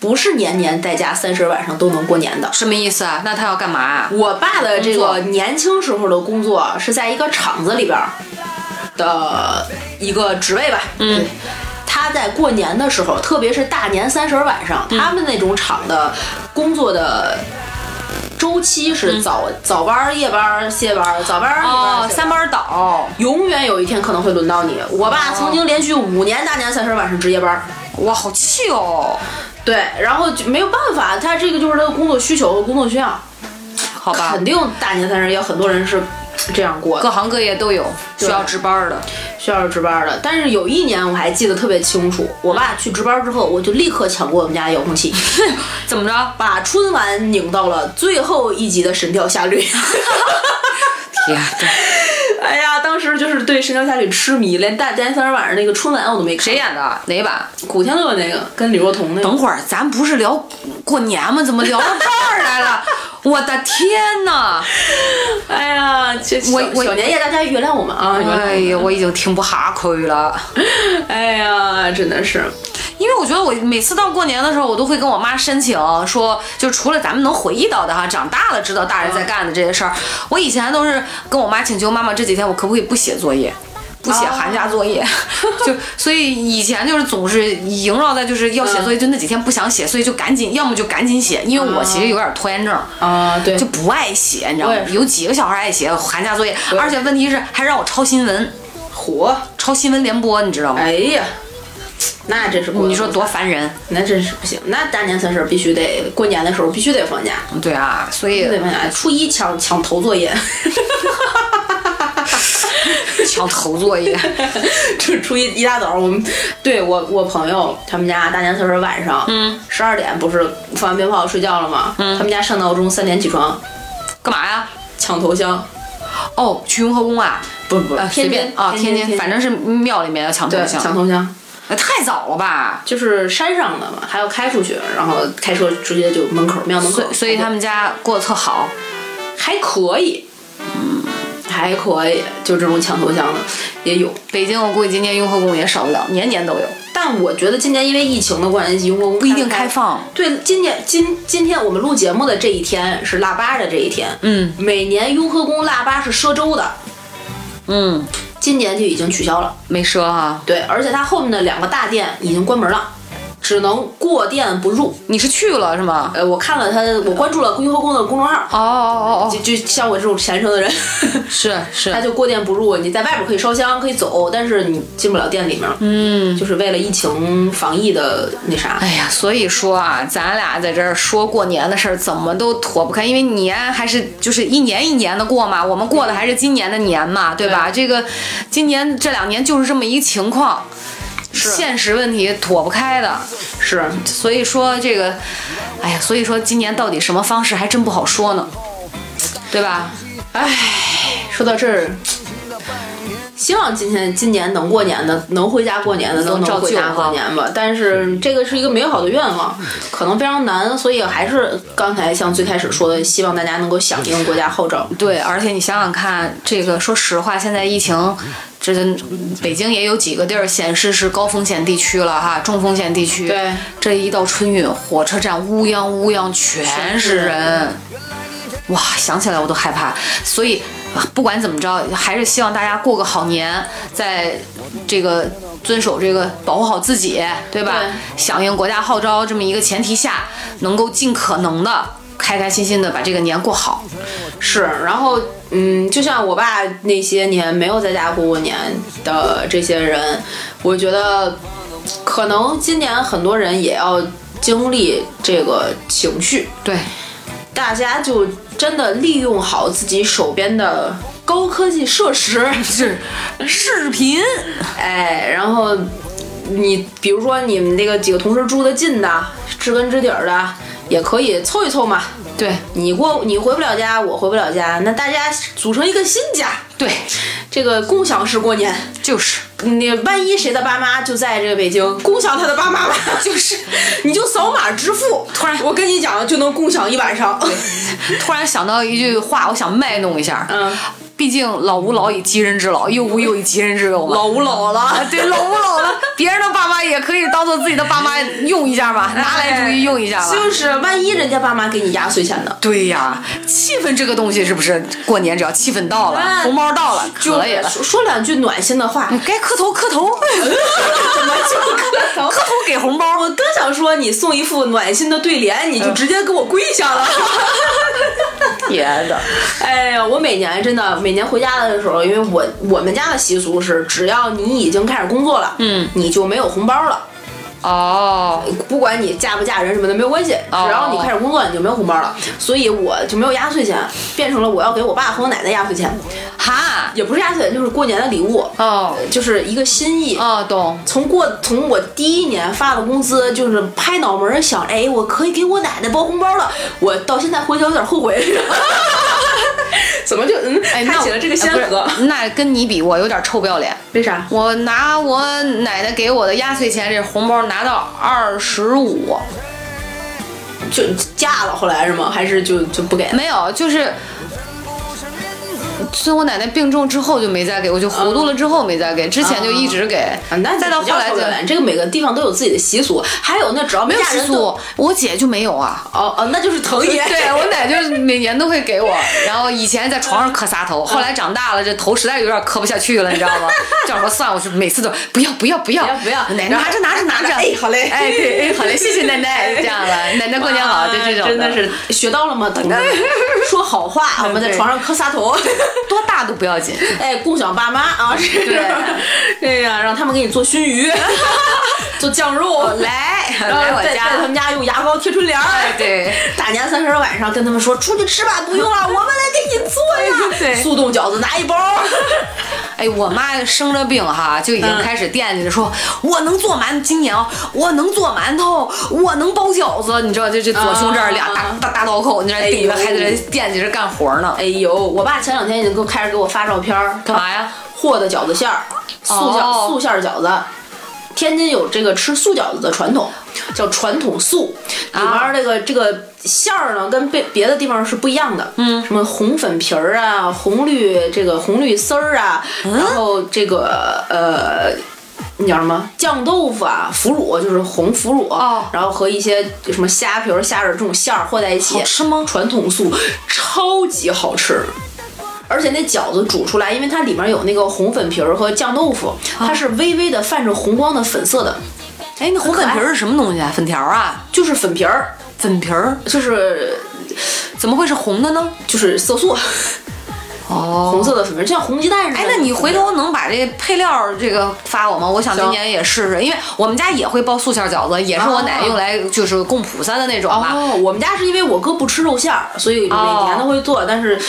不是年年在家三十晚上都能过年的。
什么意思啊？那他要干嘛啊？
我爸的这
工
个
作
年轻时候的工作是在一个厂子里边儿的一个职位吧，嗯。他在过年的时候，特别是大年三十儿晚
嗯
上，他们那种厂的工作的周期是早、早班儿、夜班儿、夜班儿、早班儿、夜班儿
嗯哦，
夜
三班倒，
永远有一天可能会轮到你。我
哦
爸曾经连续五年大年三十儿晚上值夜班儿，
哇，好气哦！
对，然后就没有办法，他这个就是他的工作需求和工作需要，
好吧
肯，定大年三十儿也有很多人是这样过的。
各行各业都有需
对
要值班的。
需要值班的。但是有一年我还记得特别清楚，我爸去值班之后，我就立刻抢过我们家遥控 器，
怎么着？
把春晚拧到了最后一集的《神雕侠 侣》。
天，
哎呀，当时就是对《神雕侠侣》痴迷，连大年三十晚上那个春晚我都没看。
谁？演的？哪一版？
古天乐那个跟李若彤那个。
等会儿，咱不是聊过年吗？怎么聊到这儿来了？ 我的天呐！
哎呀，这
我
小
我
小年夜大家原谅我们啊！原谅我们
哎呀，我已经听不下去了。
哎呀，真的是，
因为我觉得我每次到过年的时候，我都会跟我妈申请说，就除了咱们能回忆到的哈，长大了知道大人在干的这些事儿，我以前都是跟我妈请求，妈妈这几天我可不可以不写作业？不
啊
写寒假作业， 就所以以前就是总是萦绕在就是要写作业，就那几天不想写，所以就赶紧，要么就赶紧写，因为我其实有点拖延症
啊对
就不爱写，你知道吗
我也？是
有几个小孩爱写寒假作业，
对
而且问题是还让我抄新闻，
火！
抄新闻联播，你知道吗？
哎呀，那真是不
你说多烦人。
那真是不行，那大年三十必须得过年的时候必须得放假，
对啊，所
必
以
须得放假。初一抢抢头作业，
抢头作业，
这初一一大早，我们对我我朋友他们家大年三十晚上，嗯，十二点不是放完鞭炮睡觉了吗？嗯，他们家上闹钟三点起床
干嘛呀？
抢头香，
哦，去雍和宫啊？
不不，
呃，随
天
便
津
啊，
天
天津，反正是庙里面要抢头
对
香，
抢头香。
那太早了吧？
就是山上的嘛，还要开出去，然后开车直接就门口庙门
所
口，
以所以他们家过得特好，
还可以，嗯，还可以，就这种抢头香的也有，
北京我估计今年雍和宫也少不了，年年都有，
但我觉得今年因为疫情的关系，雍和宫
不一定开。放。
对，今年今今天我们录节目的这一天是腊八的这一天。
嗯，
每年雍和宫腊八是赊周的，
嗯，
今年就已经取消了。
没说啊，
对，而且它后面的两个大殿已经关门了，只能过殿不入。
你是去了是吗？
呃，我看了他，我关注了雍和宫的公众号，
哦哦哦
就
哦，
就像我这种虔诚的人，
是 是
他，就过殿不入。你在外边可以烧香，可以走，但是你进不了殿里面。嗯，就是为了疫情防疫的那啥。
哎呀，所以说啊，咱俩在这儿说过年的事儿，怎么都脱不开，因为年还是就是一年一年的过嘛，我们过的还是今年的年嘛，对吧？这个今年这两年就是这么一情况，现实问题脱不开的，
是，
所以说这个，哎呀，所以说今年到底什么方式还真不好说呢，对吧？
哎，说到这儿，希望今天今年能过年的，能回家过年的都
能照
能回
旧
家过
哈
年吧。但是这个是一个美好的愿望，可能非常难，所以还是刚才像最开始说的，希望大家能够响应国家号召。
对，而且你想想看，这个说实话，现在疫情，这北京也有几个地儿显示是高风险地区了哈，重风险地区。
对，
这一到春运，火车站乌泱乌泱全是人，哇，想起来我都害怕。所以啊不管怎么着，还是希望大家过个好年，在这个遵守这个保护好自己，对吧？
对
响应国家号召这么一个前提下，能够尽可能的开开心心的把这个年过好。
是，然后嗯，就像我爸那些年没有在家过过年的这些人，我觉得可能今年很多人也要经历这个情绪，
对。
大家就真的利用好自己手边的高科技设施，是
视频，
哎，然后你比如说你们这个几个同事住的近的，知根知底儿的，也可以凑一凑嘛。
对
你过你回不了家，我回不了家，那大家组成一个新家，
对，
这个共享式过年。
就是
你万一谁的爸妈就在这个北京，共享他的爸妈 吧，就是你就扫码支付，突然我跟你讲就能共享一晚上。
突然想到一句话，我想卖弄一下。
嗯，
毕竟老吾老以及人之老，幼吾幼以及人之幼嘛。啊
老吾老了，
对老吾老 了，别人的爸妈也可以当做自己的爸妈用一下吧，拿来主义用一下吧。
哎 就是万一人家爸妈给你压岁钱呢，
对呀，气氛这个东西是不是？过年只要气氛到了，
那
红包到了，
哎就
可以了。
说说两句暖心的 话。
该磕头磕头，
怎么就磕头？
磕头给红包。
我刚想说你送一副暖心的对联，
嗯
你就直接给我跪下 了。
天的，
哎呀，我每年真的每年回家的时候，因为我我们家的习俗是，只要你已经开始工作了，嗯，你就没有红包了。
哦，
不管你嫁不嫁人什么的没有关哦系，
哦
只要你开始工作，你就没有红包了，所以我就没有压岁钱，变成了我要给我爸和我奶奶压岁钱，
哈，
也不是压岁钱，就是过年的礼物，
哦，
就是一个心意。
哦，懂，
从过从我第一年发的工资，就是拍脑门儿想，哎，我可以给我奶奶包红包了。我到现在回去有点后悔， 怎么就嗯，开
哎，那
启了这个先河
不？是那跟你比，我有点臭不要脸。
为啥？
我拿我奶奶给我的压岁钱，这红包拿到二十五，
就嫁了后来是吗？还是就就不给了？
没有，就是自我奶奶病重之后就没再给，我就糊涂了之后没再给，之前就一直给，
啊，那
嗯再到后来就
这个每个地方都有自己的习俗，还有那只要
没有
嫁
习
人都
俗，我姐就没有啊。
哦哦，那就是 疼爷。
对我奶就是每年都会给我，然后以前在床上磕仨头，
嗯
后来长大了这头实在有点磕不下去了，你知道吗？这样说算了，我就每次都不要不要不要
不要不要
奶奶
然后
拿着拿着拿着，
哎好嘞
哎对哎好嘞，谢谢奶 奶，这样了，奶奶过年好，就这种
真的是学到了吗？等着 说好话，我们在
对
床上磕仨头，
多大都不要紧，
哎，共享爸妈啊，是， 对呀，让他们给你做熏鱼， 做酱肉，
哦 来
然后
来我
在在他
家哎
们，家用牙膏贴春联儿，
对，
大年三十晚上跟他们说出去吃吧，不用了，我们来给你做呀，
对
速冻饺子拿一包，
哎，我妈生着病哈，就已
嗯
经开始惦记着说，我能做馒，今年哦，我能做馒头，我能包饺子，你知道，这这左胸这儿俩大
啊
大大刀口，你知道
哎呦
顶着还在这惦记着干活呢，
哎呦，我爸前两天已经给我开始给我发照片儿，
干嘛呀？
和的饺子馅儿，素饺、
哦
素馅儿饺子。天津有这个吃素饺子的传统，叫传统素，里面儿这个、这个馅儿呢，跟别别的地方是不一样的。嗯，什么红粉皮儿啊，红绿这个红绿丝儿啊，然后这个呃。那叫什么酱豆腐啊，腐乳就是红腐乳，
哦
然后和一些什么虾皮儿、虾仁儿这种馅儿和在一起，
好吃吗
传统素超级好吃，而且那饺子煮出来，因为它里面有那个红粉皮儿和酱豆
哦
腐，它是微微的泛着红光的粉色的，
哎，那红粉皮儿是什么东西啊？粉条啊？
就是粉皮儿，
粉皮儿
就是
怎么会是红的呢？
就是色素，
哦。
红色的粉皮儿，就像红鸡蛋似的。
哎，那你回头能把这配料儿这个发我吗？我想今
行
年也试试，因为我们家也会包素馅儿饺子，也是我
哦
奶用来就是供菩萨的那种嘛。
哦，我们家是因为我哥不吃肉馅儿，所以每
哦
年都会做，但是。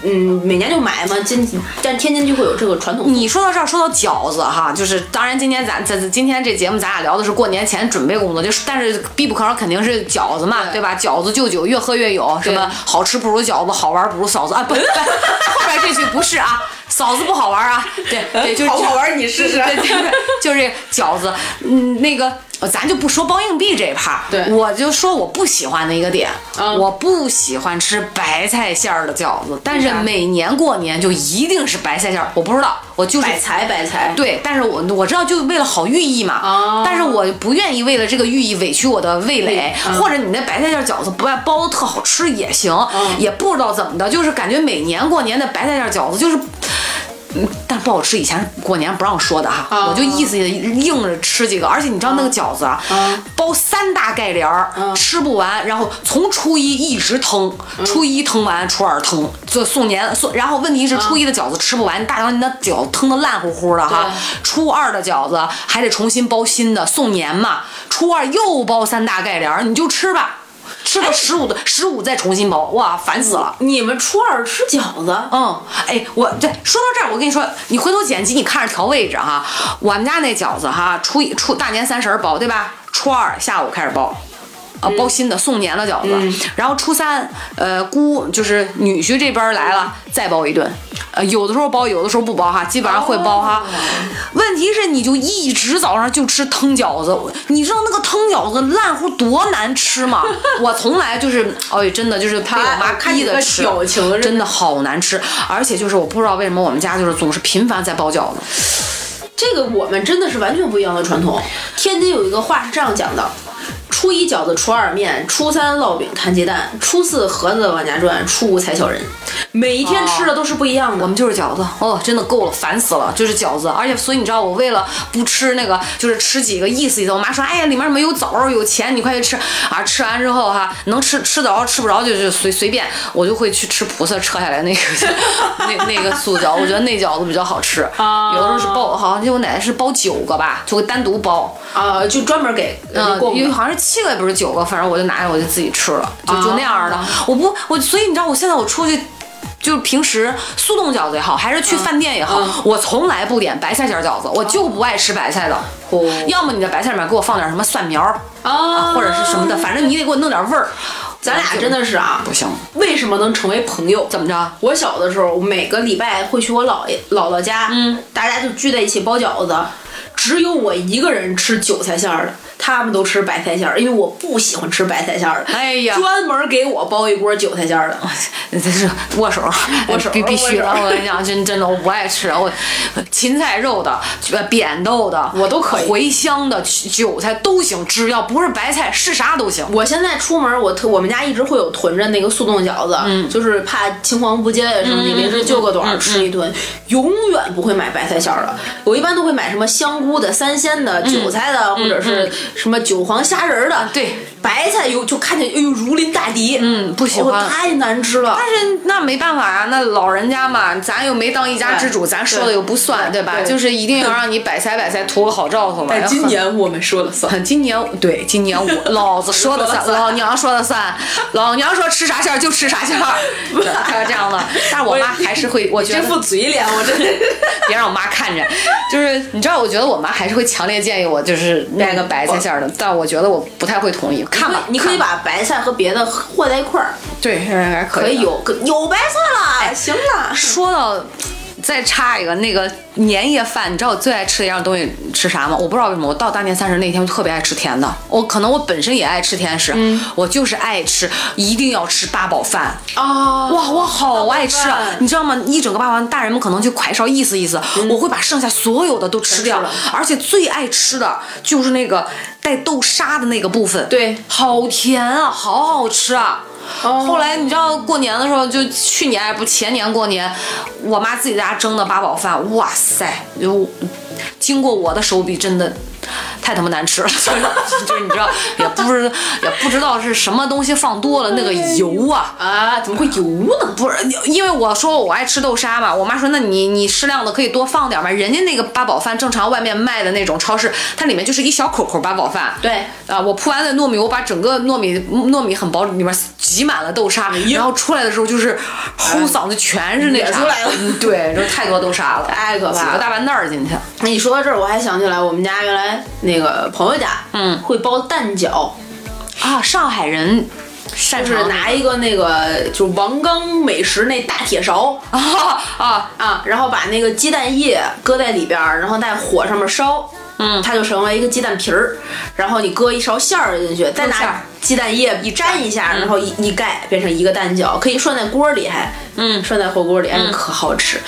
嗯，每年就买嘛，今但天津就会有这个传统。
你说到这儿，说到饺子哈，就是当然今天咱咱今天这节目咱俩聊的是过年前准备工作，就是但是必不可少肯定是饺子嘛，对吧？饺子就 酒，越喝越有，什么好吃不如饺子，好玩不如嫂子啊！不，不后边这句不是啊，嫂子不好玩啊，对对，就是
好不好玩你试试
对对对，就是这个饺子，嗯，那个。呃咱就不说包硬币这一趴儿，
对
我就说我不喜欢的一个点，
嗯
我不喜欢吃白菜馅儿的饺子，但是每年过年就一定是白菜馅儿，我不知道，我就是
百财百财，
对，但是我我知道，就为了好寓意嘛。
哦
但是我不愿意为了这个寓意委屈我的味蕾，或者你那白菜馅儿饺子不爱包的特好吃也行，也不知道怎么的，就是感觉每年过年的白菜馅儿饺子就是。嗯，但是不好吃。以前过年不让说的哈，
哦
我就意思硬着吃几个。而且你知道那个饺子啊，
哦
包三大盖帘儿，吃不完，然后从初一一直腾，
嗯
初一腾完，初二腾，就送年送。然后问题是
嗯
初一的饺子吃不完，大娘你那饺子腾的烂乎乎的哈
对。
初二的饺子还得重新包新的，送年嘛。初二又包三大盖帘儿，你就吃吧，吃到十五的十五再重新包，哇，烦死了。
你们初二吃饺子？哦
嗯，哎，我对，说到这儿，我跟你说，你回头剪辑，你看着调位置哈。我们家那饺子哈，初一初大年三十儿包，对吧？初二下午开始包。啊，包新的送年的饺子，
嗯
然后初三，呃，姑就是女婿这边儿来了，再包一顿，呃，有的时候包，有的时候不包哈，基本上会包哈。
哦
问题是，你就一直早上就吃腾饺子，你知道那个腾饺子烂乎多难吃吗？我从来就是，哎，真的就是被我妈
看
逼
你
的
个
吃，
表情是
真的好难吃，而且就是我不知道为什么我们家就是总是频繁在包饺子，
这个我们真的是完全不一样的传统。天津有一个话是这样讲的：初一饺子，初二面，初三烙饼摊鸡蛋，初四盒子往家转，初五踩小人。每一天吃的都是不一样的。
我们就是饺子，哦，真的够了，烦死了，就是饺子，而且所以你知道我为了不吃那个，就是吃几个意思意思，我妈说，哎呀，里面什么有枣儿有钱，你快去吃啊，吃完之后哈、能吃吃得着吃不着就就随随便，我就会去吃菩萨撤下来那个 那那个素饺，我觉得那饺子比较好吃，
啊
有的时候是包，好像就我奶奶是包九个吧，就会单独包，
啊、就专门给
嗯，
供
因为
的。
好像是七个也不是九个，反正我就拿着我就自己吃了，就就那样儿的。
啊
我不我，所以你知道我现在我出去。就是平时速冻饺子也好，还是去饭店也好，
嗯啊
我从来不点白菜馅儿饺子，我就不爱吃白菜的。
哦
要么你的白菜里面给我放点什么蒜苗儿
啊
或者是什么的，反正你得给我弄点味儿。
咱俩真的是啊，
不行，
为什么能成为朋友？
怎么着？
我小的时候，每个礼拜会去我姥爷姥姥家，嗯，大家就聚在一起包饺子，只有我一个人吃韭菜馅儿的，他们都吃白菜馅儿，因为我不喜欢吃白菜馅儿的，
哎呀哎
专门给我包一锅韭菜馅儿的，
这是握手，
握手
必必须的。
握手
我跟你讲，真真的，我不爱吃，啊我芹菜肉的、呃扁豆的，
我都可以
茴香的、韭菜都行，只要不是白菜，是啥都行。
我现在出门，我特我们家一直会有囤着那个速冻饺子，
嗯
就是怕青黄不接什么的，临时就个短儿吃一
嗯
顿，永远不会买白菜馅儿的。我一般都会买什么香菇的、三鲜的、韭菜的，或者是什么韭黄虾仁儿的。
嗯对，
白菜有就看见哎呦如临大敌，嗯
不喜欢
太难吃了。
但是那没办法呀、啊那老人家嘛，咱又没当一家之主，咱说的又不算，对吧？
对
就是一定要让你百财百财，图个好兆头嘛。
但今年我们说了算，
很。今年对，今年 我老子说的算，老娘说的算，老娘说吃啥馅儿就吃啥馅 儿，要这样的。但是我妈还是会，我觉
这
得
副嘴脸，我 真的是。
别让我妈看见。就是你知道，我觉得我妈还是会强烈建议我，就是带个白菜馅儿的，但我觉得我不太会同意。看吧，
你可以
看吧
把白菜和别的和在一块儿，
对还可
可
以啊哎
以
的
有可有白菜了，行了。
说到。再插一个，那个年夜饭，你知道我最爱吃的一样东西是啥吗？我不知道为什么，我到大年三十那天我特别爱吃甜的。我可能我本身也爱吃甜食，
嗯
我就是爱吃，一定要吃八宝饭。
哦
哇，我好爱吃
八宝
啊
饭！嗯
你知道吗？一整个八宝饭，大人们可能就快烧意思意思，我会把剩下所有的都吃掉
全吃，
而且最爱吃的就是那个带豆沙的那个部分。
对
好甜啊，好好吃啊！
哦
后来你知道过年的时候，就去年哎不前年过年，我妈自己在家蒸的八宝饭，哇塞，就经过我的手笔，真的太他妈难吃了，就是就是你知道，也不是也不知道是什么东西放多了，那个油啊，
啊，怎么会油呢？
不是，因为我说我爱吃豆沙嘛，我妈说那你你适量的可以多放点嘛。人家那个八宝饭正常外面卖的那种超市，它里面就是一小口口八宝饭。
对
啊，我铺完了糯米，我把整个糯米糯米很薄，里面挤满了豆沙，然后出来的时候就是齁嗓子全是
哎
那
也
啥，
出来了
嗯对，就是太多豆沙了，
太可怕了
挤个大半袋儿进去。
那你说到这儿，我还想起来，我们家原来那个朋友家，嗯，会包蛋饺，
啊，上海人擅
就是
长
拿一个那个就是王刚美食那大铁勺
啊啊，
啊，然后把那个鸡蛋液搁在里边儿，然后在火上面烧，嗯，它就成为一个鸡蛋皮儿。然后你搁一勺馅儿进去，再
馅儿
拿鸡蛋液一粘一下，然后一一盖变成一个蛋饺，可以涮在锅里还，嗯，涮在火锅里还可好吃。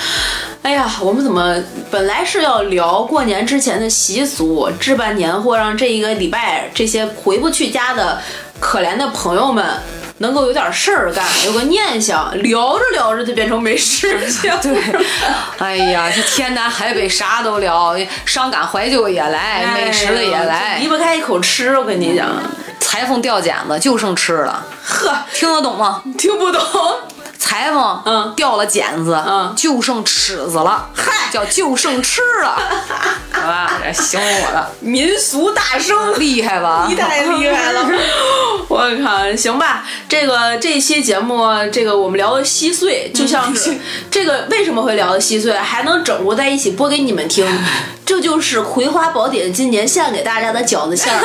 哎呀，我们怎么本来是要聊过年之前的习俗，置办年货，让这一个礼拜这些回不去家的可怜的朋友们。能够有点事儿干，有个念想，聊着聊着就变成没事情。 对，
哎呀，这天南海北啥都聊，伤感怀旧也来，美哎食的也
哎就
来
哎离，不开一口吃。我跟你讲，
裁缝掉剪子就剩吃了，
呵，
听得懂吗？
听不懂。
裁缝
嗯
掉了剪子，
嗯
就剩尺子了，嗨，叫就剩吃 了，好吧，这形容我了，
民俗大生，
厉害吧？
你太厉害了！ 我靠，行吧，这个这一期节目，这个我们聊的稀碎，就像是、这个为什么会聊的稀碎，还能整合在一起播给你们 听，这就是《葵花宝典》今年献给大家的饺子馅 儿，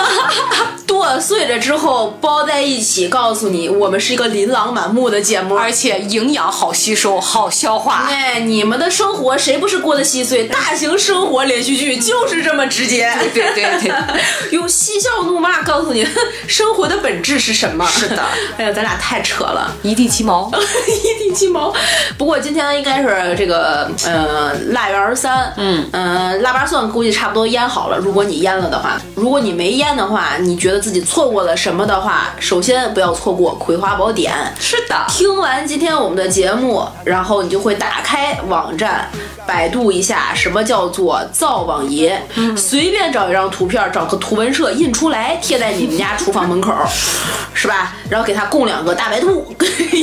剁碎了之后包在一起，告诉你，我们是一个琳琅满目的节目，
而且营养好吸收，好消化。
哎，你们的生活谁不是过得稀碎？大型生活连续剧就是这么直接，
对对对，
用嬉笑怒骂告诉你 生活的本质是什么。
是的，
哎呀，咱俩太扯了。
一地鸡毛。
一地鸡毛。不过今天应该是这个呃腊月二十三，嗯呃腊八蒜估计差不多腌好了。如果你腌了的话，如果你没腌的话，你觉得自己错过了什么的话，首先不要错过《葵花宝典》。
是的，
听完今天我们的节目，然后你就会打开网站，百度一下什么叫做灶王爷，随便找一张图片，找个图文社印出来，贴在你们家厨房门口，是吧？然后给它供两个大白兔， 也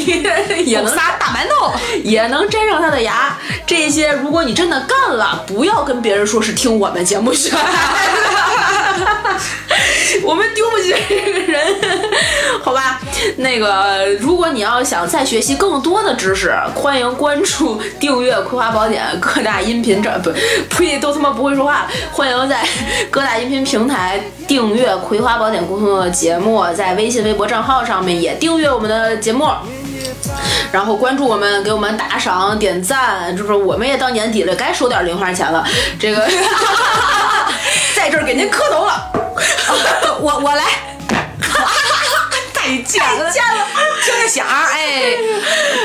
也
有
能
仨大馒头。
也能沾上它的牙。这些如果你真的干了，不要跟别人说是听我们节目学的。 我们丢不起这个人， 好吧？那个，如果你要想再学习更多的知识，欢迎关注、订阅《葵花宝典》 各大音频站，不呸，都他妈不会说话了。欢迎在 各大音频平台订阅《葵花宝典》公众的节目，在微信、微博账号上面也订阅我们的节目。然后关注我们，给我们打赏、点赞，就是我们也到年底了，该收点零花钱了。这个 在这儿给您磕头了，
我我来， 太贱了，
见了。
听着响儿，哎，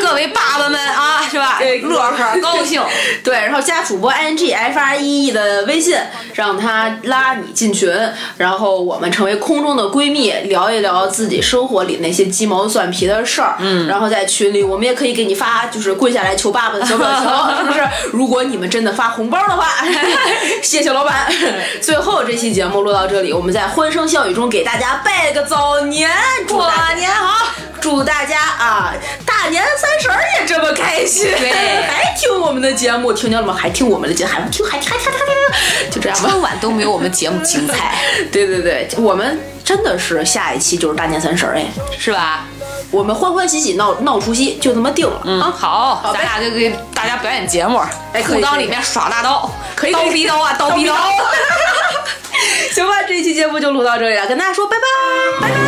各位爸爸们啊，是吧？
对
乐呵，高 兴。
对，然后加主播 i n g f r e e 的微信，让他拉你进群，然后我们成为空中的闺蜜，聊一聊自己生活里那些鸡毛蒜皮的事儿。嗯，然后在群里，我们也可以给你发就是跪下来求爸爸的小表情，是不是？如果你们真的发红包的话，谢谢老板。最后这期节目录到这里，我们在欢声笑语中给大家拜个早年，祝大
过年好，
祝大家啊大年三十儿也这么开心。
对
还听我们的节目，听见了吗？还听我们的节目，还听还听还听还听，还听就这样吧。
春晚都没有我们节目精彩，
对对对，我们真的是下一期就是大年三十儿哎，
是吧？
我们欢欢喜喜闹闹除夕，就这么定了、
嗯，
啊。
好，
好
咱俩就给大家表演节目，
哎可以
裤裆
可以
里面耍大刀，
可以
刀
可以
逼刀啊， 刀逼刀。
行吧，这一期节目就录到这里了，跟大家说拜拜，拜拜。